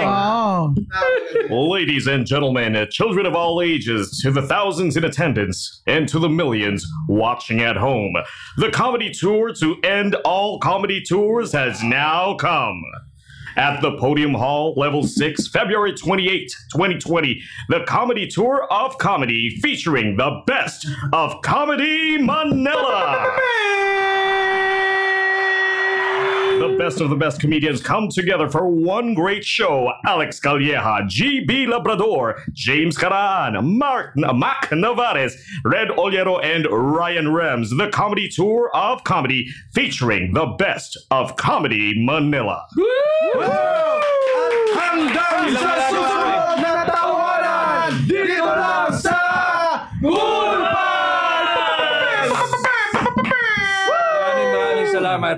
A: Oh.
N: Ladies and gentlemen, uh, children of all ages, to the thousands in attendance, and to the millions watching at home, the comedy tour to end all comedy tours has now come. At the Podium Hall, Level 6, February 28, 2020, the comedy tour of comedy featuring the best of Comedy Manila. The best of the best comedians come together for one great show. Alex Calleja, G.B. Labrador, James Caran, Mark, Mac Navarez, Red Oliero, and Ryan Rems. The comedy tour of comedy featuring the best of Comedy Manila.
B: Hanggang sa susunod na tawanan, dito lang sa
M: Maraming maraming salamat.